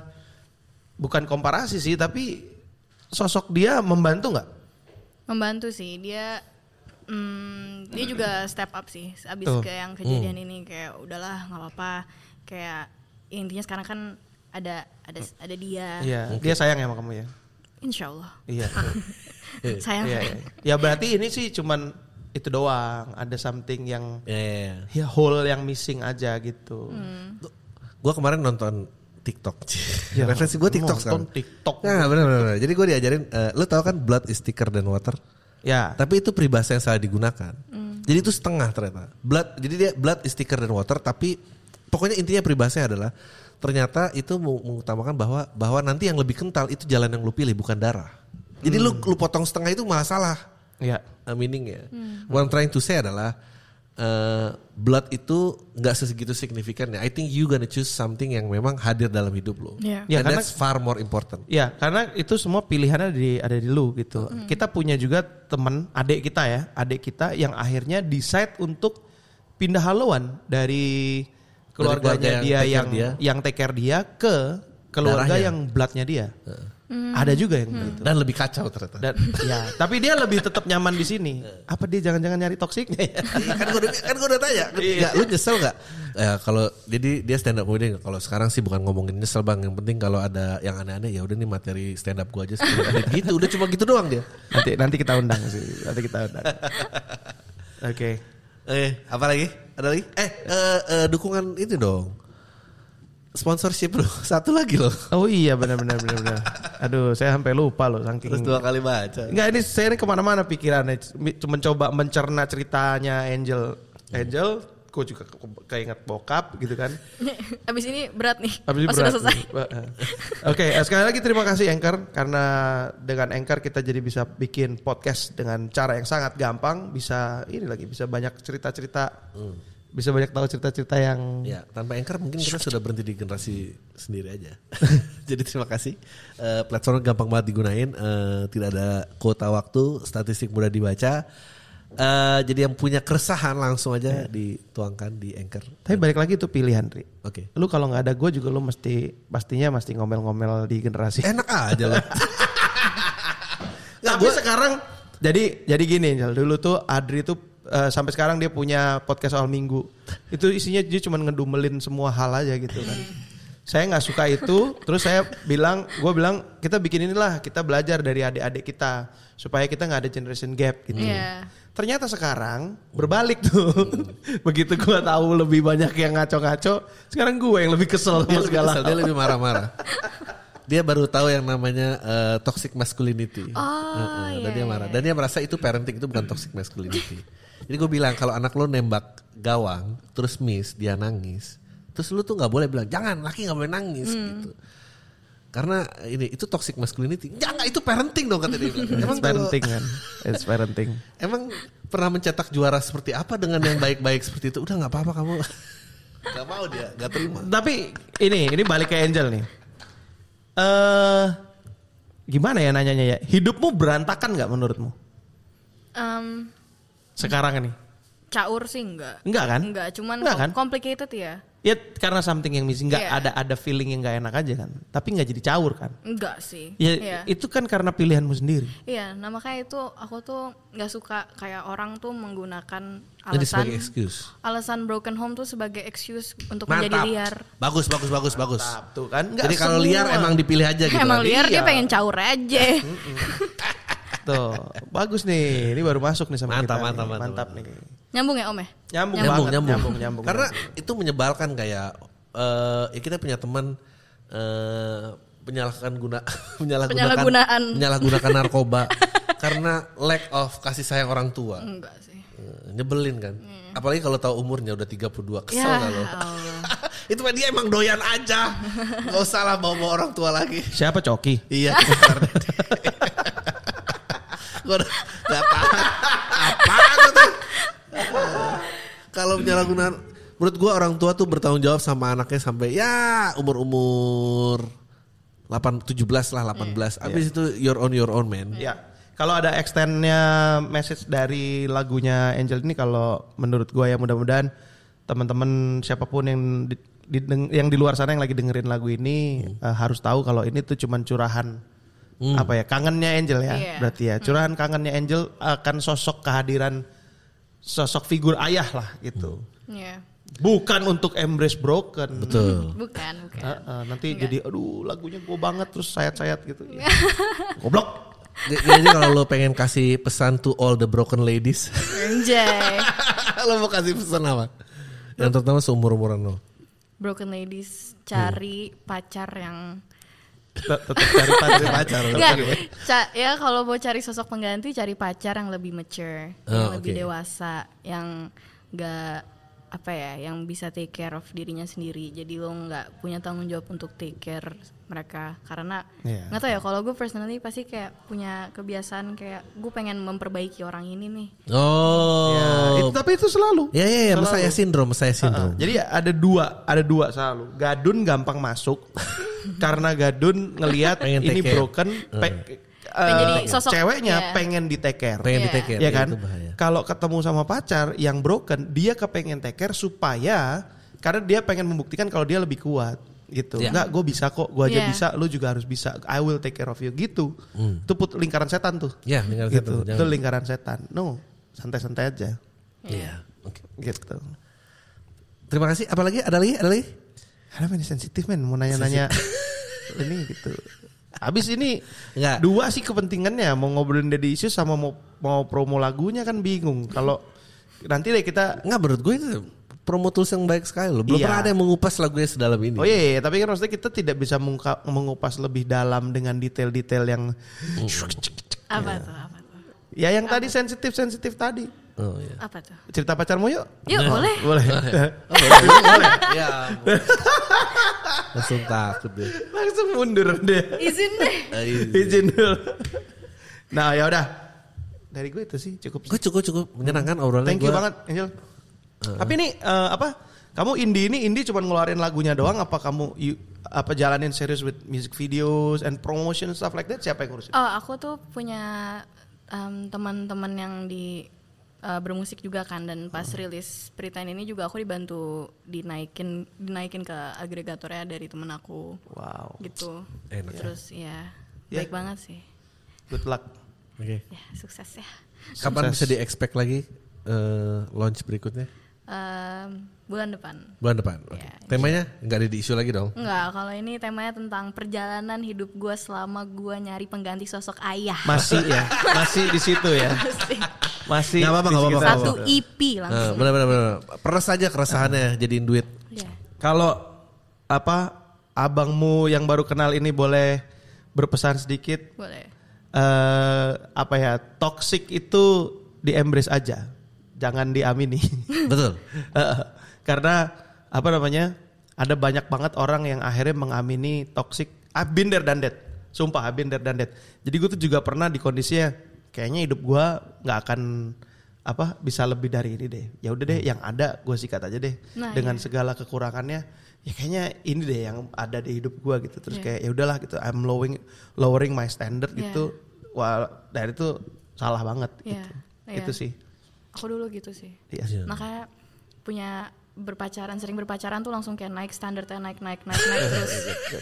[SPEAKER 3] bukan komparasi sih, tapi sosok dia membantu nggak?
[SPEAKER 4] Membantu sih dia. mm, dia juga step up sih. Abis
[SPEAKER 3] Tuh. Hmm.
[SPEAKER 4] ke yang kejadian ini kayak udahlah nggak apa-apa. Kayak intinya sekarang kan ada ada ada dia.
[SPEAKER 3] Iya, dia sayang ya sama kamu ya.
[SPEAKER 4] Insya Allah.
[SPEAKER 3] Iya.
[SPEAKER 4] Sayang.
[SPEAKER 3] Iya, iya. Ya berarti ini sih cuman itu doang, ada something yang
[SPEAKER 2] Iya, iya, iya.
[SPEAKER 3] ya hole yang missing aja gitu.
[SPEAKER 2] Gue kemarin nonton TikTok.
[SPEAKER 3] Ya,
[SPEAKER 2] Referensi gue TikTok
[SPEAKER 3] nonton
[SPEAKER 2] sekarang.
[SPEAKER 3] TikTok.
[SPEAKER 2] Nah, bener, bener, bener. Jadi gue diajarin, eh, lo tau kan blood is thicker than water?
[SPEAKER 3] Ya.
[SPEAKER 2] Tapi itu peribahasa yang salah digunakan. Jadi itu setengah ternyata. Blood, jadi dia blood is thicker than water. Tapi pokoknya intinya peribahasanya adalah ternyata itu mu- mengutamakan bahwa bahwa nanti yang lebih kental itu jalan yang lu pilih bukan darah. Jadi lu
[SPEAKER 3] Hmm.
[SPEAKER 2] lu potong setengah itu malah salah
[SPEAKER 3] Ya.
[SPEAKER 2] uh, meaningnya. What I'm trying to say adalah uh, blood itu nggak sesegitu signifikannya. I think you gonna choose something yang memang hadir dalam hidup lo.
[SPEAKER 4] Iya.
[SPEAKER 3] Ya,
[SPEAKER 2] And
[SPEAKER 3] karena-
[SPEAKER 2] that's far more important.
[SPEAKER 3] Ya, karena itu semua pilihannya ada di ada di lu gitu.
[SPEAKER 2] Hmm.
[SPEAKER 3] Kita punya juga teman, adik kita ya, adik kita yang akhirnya decide untuk pindah haluan dari
[SPEAKER 2] keluarga yang
[SPEAKER 3] keluarganya dia
[SPEAKER 2] take care
[SPEAKER 3] yang
[SPEAKER 2] dia.
[SPEAKER 3] yang take care dia ke keluarga
[SPEAKER 2] Darahnya. Hmm.
[SPEAKER 3] yang bloodnya dia. Ada juga yang gitu.
[SPEAKER 2] Dan lebih kacau ternyata.
[SPEAKER 3] Dan ya, tapi dia lebih tetap nyaman di sini. Apa dia jangan-jangan nyari toksiknya ya?
[SPEAKER 2] Iya, kan gue udah kan gua udah tanya Nggak, lu nyesel nggak ya kalau jadi dia stand up comedian kalau sekarang sih bukan ngomongin nyesel bang yang penting kalau ada yang aneh-aneh ya udah nih materi stand up gue aja 10 menit gitu udah cuma gitu doang dia
[SPEAKER 3] Nanti nanti kita undang sih. Nanti kita undang. Oke.
[SPEAKER 2] eh apa lagi ada lagi eh, eh, eh, dukungan itu dong sponsorship lo satu lagi loh
[SPEAKER 3] Oh iya benar benar benar benar. Aduh, saya sampai lupa loh saking.
[SPEAKER 2] terus dua kali baca
[SPEAKER 3] Enggak ini saya ini kemana-mana pikirannya, C- mencoba mencerna ceritanya Angel. Angel, ku juga ke- keinget bokap gitu kan.
[SPEAKER 4] Abis ini berat nih.
[SPEAKER 3] Habis itu
[SPEAKER 4] Pas Oh,
[SPEAKER 3] berat.
[SPEAKER 4] sudah selesai.
[SPEAKER 3] Oke, eh, sekali lagi terima kasih Anchor karena dengan Anchor kita jadi bisa bikin podcast dengan cara yang sangat gampang, bisa ini lagi bisa banyak cerita-cerita. Bisa banyak tahu cerita-cerita yang
[SPEAKER 2] Ya, tanpa anchor mungkin kita sudah berhenti di generasi sendiri aja. Jadi terima kasih. Eh, platform gampang banget digunain, eh, tidak ada kuota waktu, statistik mudah dibaca. Eh, jadi yang punya keresahan langsung aja dituangkan di anchor.
[SPEAKER 3] Tapi balik lagi itu pilihan, Ri.
[SPEAKER 2] Oke.
[SPEAKER 3] Lu kalau nggak ada gue juga lu mesti pastinya mesti ngomel-ngomel di generasi.
[SPEAKER 2] Enak aja loh. Nah,
[SPEAKER 3] Tapi sekarang jadi jadi gini Angel, dulu tuh Adri tuh eh, eh, sampai sekarang dia punya podcast awal minggu. Itu isinya dia cuma ngedumelin semua hal aja gitu kan. Saya nggak suka itu, terus saya bilang, gue bilang kita bikin inilah, kita belajar dari adik-adik kita supaya kita nggak ada generation gap gitu.
[SPEAKER 4] Iya.
[SPEAKER 3] Ternyata sekarang berbalik tuh. Begitu gue tahu lebih banyak yang ngaco-ngaco, sekarang gue yang lebih kesel
[SPEAKER 2] Dia
[SPEAKER 3] sama
[SPEAKER 2] lebih
[SPEAKER 3] segala.
[SPEAKER 2] kesel, dia lebih marah-marah. dia baru tahu yang namanya eh, toxic masculinity.
[SPEAKER 4] Oh,
[SPEAKER 2] Heeh, dan
[SPEAKER 4] iya,
[SPEAKER 2] dia marah. Dan dia merasa itu parenting itu bukan toxic masculinity. Jadi gue bilang kalau anak lo nembak gawang, terus miss, dia nangis. Terus lu tuh nggak boleh bilang jangan laki nggak boleh nangis
[SPEAKER 4] Hmm.
[SPEAKER 2] gitu. Karena ini itu toxic masculinity. Jangan itu parenting dong kata dia. bilang. Emang
[SPEAKER 3] It's
[SPEAKER 2] kalau-
[SPEAKER 3] parenting kan. It's parenting.
[SPEAKER 2] emang pernah mencetak juara seperti apa dengan yang baik-baik seperti itu? Udah nggak apa-apa kamu. Gak mau dia, gak terima.
[SPEAKER 3] Tapi ini ini balik ke Angel nih. Eh gimana ya nanyanya ya? Hidupmu berantakan nggak menurutmu
[SPEAKER 4] Em,
[SPEAKER 3] sekarang ini?
[SPEAKER 4] caur sih enggak.
[SPEAKER 3] Enggak kan?
[SPEAKER 4] Enggak, cuman
[SPEAKER 3] Enggak kan?
[SPEAKER 4] complicated ya.
[SPEAKER 3] Ya karena something yang missing nggak
[SPEAKER 4] Iya.
[SPEAKER 3] ada ada feeling yang nggak enak aja kan. Tapi nggak jadi caur kan?
[SPEAKER 4] Enggak sih.
[SPEAKER 3] Ya
[SPEAKER 4] Iya.
[SPEAKER 3] itu kan karena pilihanmu sendiri.
[SPEAKER 4] Iya, nah makanya itu aku tuh nggak suka kayak orang tuh menggunakan
[SPEAKER 2] Jadi
[SPEAKER 4] alasan
[SPEAKER 2] sebagai excuse.
[SPEAKER 4] alasan broken home tuh sebagai excuse untuk menjadi
[SPEAKER 2] Mantap.
[SPEAKER 4] liar.
[SPEAKER 2] Bagus, bagus, bagus, bagus.
[SPEAKER 3] Tuh kan? Nggak
[SPEAKER 2] Jadi kalau
[SPEAKER 3] semua.
[SPEAKER 2] liar emang dipilih aja gitu.
[SPEAKER 4] Emang
[SPEAKER 2] kan?
[SPEAKER 4] liar dia
[SPEAKER 3] Iya.
[SPEAKER 4] pengen caur aja.
[SPEAKER 3] tuh bagus nih. Ini baru masuk nih sama
[SPEAKER 2] Mantap,
[SPEAKER 3] kita.
[SPEAKER 2] mantap,
[SPEAKER 3] nih.
[SPEAKER 2] mantap,
[SPEAKER 3] mantap, nih.
[SPEAKER 4] Nyambung ya Om ya?
[SPEAKER 3] Nyambung,
[SPEAKER 2] Nyambung,
[SPEAKER 3] banget,
[SPEAKER 2] nyambung,
[SPEAKER 3] nyambung, nyambung.
[SPEAKER 2] Karena itu menyebalkan kayak eh ya kita punya teman eh menyalahkan guna menyalahgunakan
[SPEAKER 4] Penyalahgunaan.
[SPEAKER 2] menyalahgunakan narkoba karena lack of kasih sayang orang tua.
[SPEAKER 4] Enggak sih.
[SPEAKER 2] Eh, Nyebelin kan? Apalagi kalau tahu umurnya udah 32, kesel
[SPEAKER 4] Hmm. Ya
[SPEAKER 2] gak lo?
[SPEAKER 4] Allah.
[SPEAKER 2] itu mah dia emang doyan aja. Gak usah lah bawa-bawa orang tua lagi.
[SPEAKER 3] Siapa Coki?
[SPEAKER 2] Iya. Gue udah gak tahan. Apaan itu? Kalau penyalahgunaan. Menurut gue orang tua tuh bertanggung jawab sama anaknya sampai ya umur-umur 8, 17 lah 18. Abis itu your on your own man.
[SPEAKER 3] Ya. Kalau ada extendnya message dari lagunya Angel ini kalau menurut gua ya mudah-mudahan teman-teman siapapun yang di, dideng- yang di luar sana yang lagi dengerin lagu ini eh, harus tahu kalau ini tuh cuman curahan apa ya kangennya Angel ya
[SPEAKER 4] Iya.
[SPEAKER 3] berarti ya curahan kangennya Angel akan sosok kehadiran sosok figur ayah lah gitu
[SPEAKER 4] Iya.
[SPEAKER 3] bukan untuk embrace broken
[SPEAKER 2] Betul.
[SPEAKER 4] Bukan, bukan.
[SPEAKER 3] Eh, eh, nanti jadi aduh lagunya gua banget terus sayat-sayat gitu ya. goblok
[SPEAKER 2] J- Jadi kalau lo pengen kasih pesan to all the broken ladies.
[SPEAKER 4] Anjay.
[SPEAKER 2] lo mau kasih pesan apa? Yang terutama seumur-umuran lo.
[SPEAKER 4] Broken ladies cari pacar yang
[SPEAKER 3] Tet- tetap cari pacar, pacar
[SPEAKER 4] Enggak, ca- ya kalau mau cari sosok pengganti cari pacar yang lebih mature, yang
[SPEAKER 2] Oh,
[SPEAKER 4] lebih
[SPEAKER 2] oke.
[SPEAKER 4] dewasa, yang enggak apa ya, yang bisa take care of dirinya sendiri. Jadi lo nggak punya tanggung jawab untuk take care mereka karena
[SPEAKER 3] Iya.
[SPEAKER 4] nggak tau ya kalau gue personally pasti kayak punya kebiasaan kayak gue pengen memperbaiki orang ini nih.
[SPEAKER 2] Oh.
[SPEAKER 3] Ya, itu, tapi itu selalu
[SPEAKER 2] Ya ya ya,
[SPEAKER 3] Selalu.
[SPEAKER 2] Messiah syndrome, Messiah
[SPEAKER 3] Heeh.
[SPEAKER 2] syndrome.
[SPEAKER 3] jadi ada dua ada dua selalu gadun gampang masuk karena gadun ngelihat
[SPEAKER 2] Pengen
[SPEAKER 3] ini
[SPEAKER 2] take care. Hmm.
[SPEAKER 3] broken pe-
[SPEAKER 4] Pengen jadi
[SPEAKER 3] eh,
[SPEAKER 4] sosok,
[SPEAKER 3] ceweknya
[SPEAKER 4] iya.
[SPEAKER 3] pengen di take care
[SPEAKER 2] Pengen
[SPEAKER 4] Iya.
[SPEAKER 2] di-take care,
[SPEAKER 3] ya kan
[SPEAKER 2] itu bahaya.
[SPEAKER 3] kalau ketemu sama pacar yang broken dia kepengen take care supaya karena dia pengen membuktikan kalau dia lebih kuat gitu
[SPEAKER 2] Iya.
[SPEAKER 3] nggak gue bisa kok gue aja
[SPEAKER 4] Iya.
[SPEAKER 3] bisa lu juga harus bisa I will take care of you gitu itu put lingkaran setan tuh
[SPEAKER 2] Hmm. Ya, lingkaran
[SPEAKER 3] gitu.
[SPEAKER 2] setan, jangan.
[SPEAKER 3] Itu lingkaran setan. No, santai-santai aja.
[SPEAKER 2] Iya. Oke.
[SPEAKER 3] Gitu.
[SPEAKER 2] Terima kasih. Apalagi ada lagi? Ada lagi?
[SPEAKER 3] Karena ini sensitif men, mau nanya-nanya ini gitu. Habis ini
[SPEAKER 2] Enggak.
[SPEAKER 3] dua sih kepentingannya mau ngobrolin dari isu sama mau mau promo lagunya kan bingung. Kalau nanti deh kita
[SPEAKER 2] Enggak menurut gue itu promo tools yang baik sekali loh. Belum
[SPEAKER 3] Iya.
[SPEAKER 2] pernah ada yang mengupas lagunya sedalam ini.
[SPEAKER 3] Oh iya, iya, tapi kan maksudnya kita tidak bisa mengungka- mengupas lebih dalam dengan detail-detail yang
[SPEAKER 4] Apa
[SPEAKER 2] Iya.
[SPEAKER 4] tuh? Apa tuh?
[SPEAKER 3] ya yang tadi sensitif-sensitif tadi.
[SPEAKER 2] Oh, iya.
[SPEAKER 4] Apa tuh?
[SPEAKER 3] Cerita pacarmu yuk.
[SPEAKER 4] Yuk,
[SPEAKER 2] Nah.
[SPEAKER 4] boleh.
[SPEAKER 3] Boleh.
[SPEAKER 2] Oh, boleh. boleh. Ya.
[SPEAKER 3] Iya,
[SPEAKER 2] ampun. Langsung takut deh.
[SPEAKER 3] Langsung mundur deh.
[SPEAKER 4] Izin deh.
[SPEAKER 3] izin dulu. Nah ya udah dari gue itu sih cukup.
[SPEAKER 2] Gue cukup cukup menyenangkan obrolan
[SPEAKER 3] Thank you banget Angel. Tapi ini eh, apa? Kamu indie ini indie cuma ngeluarin lagunya doang? Apa kamu you- apa jalanin serius with music videos and promotion stuff like that? Siapa yang ngurusin?
[SPEAKER 4] Oh, aku tuh punya em, teman-teman yang di eh, bermusik juga kan dan pas rilis Pretend ini juga aku dibantu dinaikin dinaikin ke agregatornya dari temen aku
[SPEAKER 3] Wow,
[SPEAKER 4] gitu.
[SPEAKER 2] Enak.
[SPEAKER 4] Terus ya
[SPEAKER 3] Ya.
[SPEAKER 4] baik banget sih.
[SPEAKER 3] good luck.
[SPEAKER 2] Oke.
[SPEAKER 4] Ya, sukses ya.
[SPEAKER 2] Kapan
[SPEAKER 3] Sukses.
[SPEAKER 2] bisa di expect lagi eh, launch berikutnya?
[SPEAKER 4] Em, bulan depan.
[SPEAKER 2] Bulan depan. Oke.
[SPEAKER 4] Ya.
[SPEAKER 2] Temanya nggak ada di isu lagi dong.
[SPEAKER 4] Enggak, kalau ini temanya tentang perjalanan hidup gue selama gue nyari pengganti sosok ayah.
[SPEAKER 3] Masih ya, masih di situ ya. Masih.
[SPEAKER 2] Nggak apa-apa,
[SPEAKER 3] di
[SPEAKER 2] nggak
[SPEAKER 3] sekitar
[SPEAKER 2] apa-apa.
[SPEAKER 4] Satu
[SPEAKER 3] situ.
[SPEAKER 4] IP
[SPEAKER 2] Eh,
[SPEAKER 4] langsung.
[SPEAKER 2] benar benar benar. Peres aja keresahannya jadiin duit.
[SPEAKER 4] Iya.
[SPEAKER 3] Kalau apa abangmu yang baru kenal ini boleh berpesan sedikit
[SPEAKER 4] boleh.
[SPEAKER 3] eh apa ya toxic itu di embrace aja jangan diamini
[SPEAKER 2] Betul.
[SPEAKER 3] Eh, karena apa namanya ada banyak banget orang yang akhirnya mengamini toxic I've been there done that sumpah I've been there done that jadi gue tuh juga pernah di kondisinya kayaknya hidup gue nggak akan apa bisa lebih dari ini deh ya udah deh yang ada gue sikat aja deh
[SPEAKER 4] Nah,
[SPEAKER 3] dengan segala kekurangannya ya kayaknya ini deh yang ada di hidup gue gitu terus kayak ya udahlah gitu I'm lowering lowering my standard
[SPEAKER 4] Iya.
[SPEAKER 3] gitu wah dari itu salah banget
[SPEAKER 4] Iya,
[SPEAKER 3] gitu
[SPEAKER 4] iya.
[SPEAKER 3] itu sih
[SPEAKER 4] Aku dulu gitu sih.
[SPEAKER 3] Iya.
[SPEAKER 4] Makanya punya berpacaran, sering berpacaran tuh langsung kayak naik standarnya naik naik naik naik terus.
[SPEAKER 3] Iya,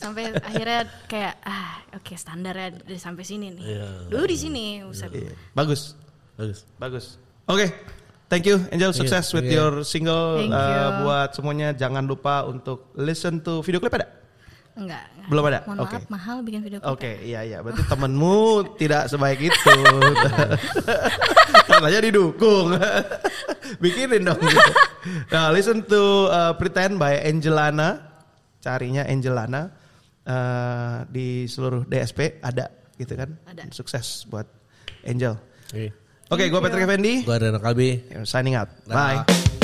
[SPEAKER 4] sampai akhirnya kayak ah oke standarnya udah sampai sini nih.
[SPEAKER 3] Iya.
[SPEAKER 4] Dulu di sini, usap.
[SPEAKER 3] bagus
[SPEAKER 2] Bagus.
[SPEAKER 3] Bagus. Oke. Thank you Angel sukses with your single
[SPEAKER 4] Thank
[SPEAKER 3] Eh,
[SPEAKER 4] you.
[SPEAKER 3] buat semuanya jangan lupa untuk listen to video klip ada?
[SPEAKER 4] Enggak, enggak.
[SPEAKER 3] Belum ada?
[SPEAKER 4] Mohon
[SPEAKER 3] Oke.
[SPEAKER 4] maaf, mahal bikin video klip.
[SPEAKER 3] Oke, iya iya. Berarti temenmu tidak sebaik itu. Katanya didukung. Bikinin dong. nah, listen to uh, Pretend by Angelana. Carinya Angelana uh, di seluruh DSP ada gitu kan?
[SPEAKER 4] Ada.
[SPEAKER 3] Sukses buat Angel.
[SPEAKER 2] Oke.
[SPEAKER 3] Oke, gua Patrick Effendi.
[SPEAKER 2] Gue ada Kalbi.
[SPEAKER 3] Signing out. Bye.
[SPEAKER 2] Dah.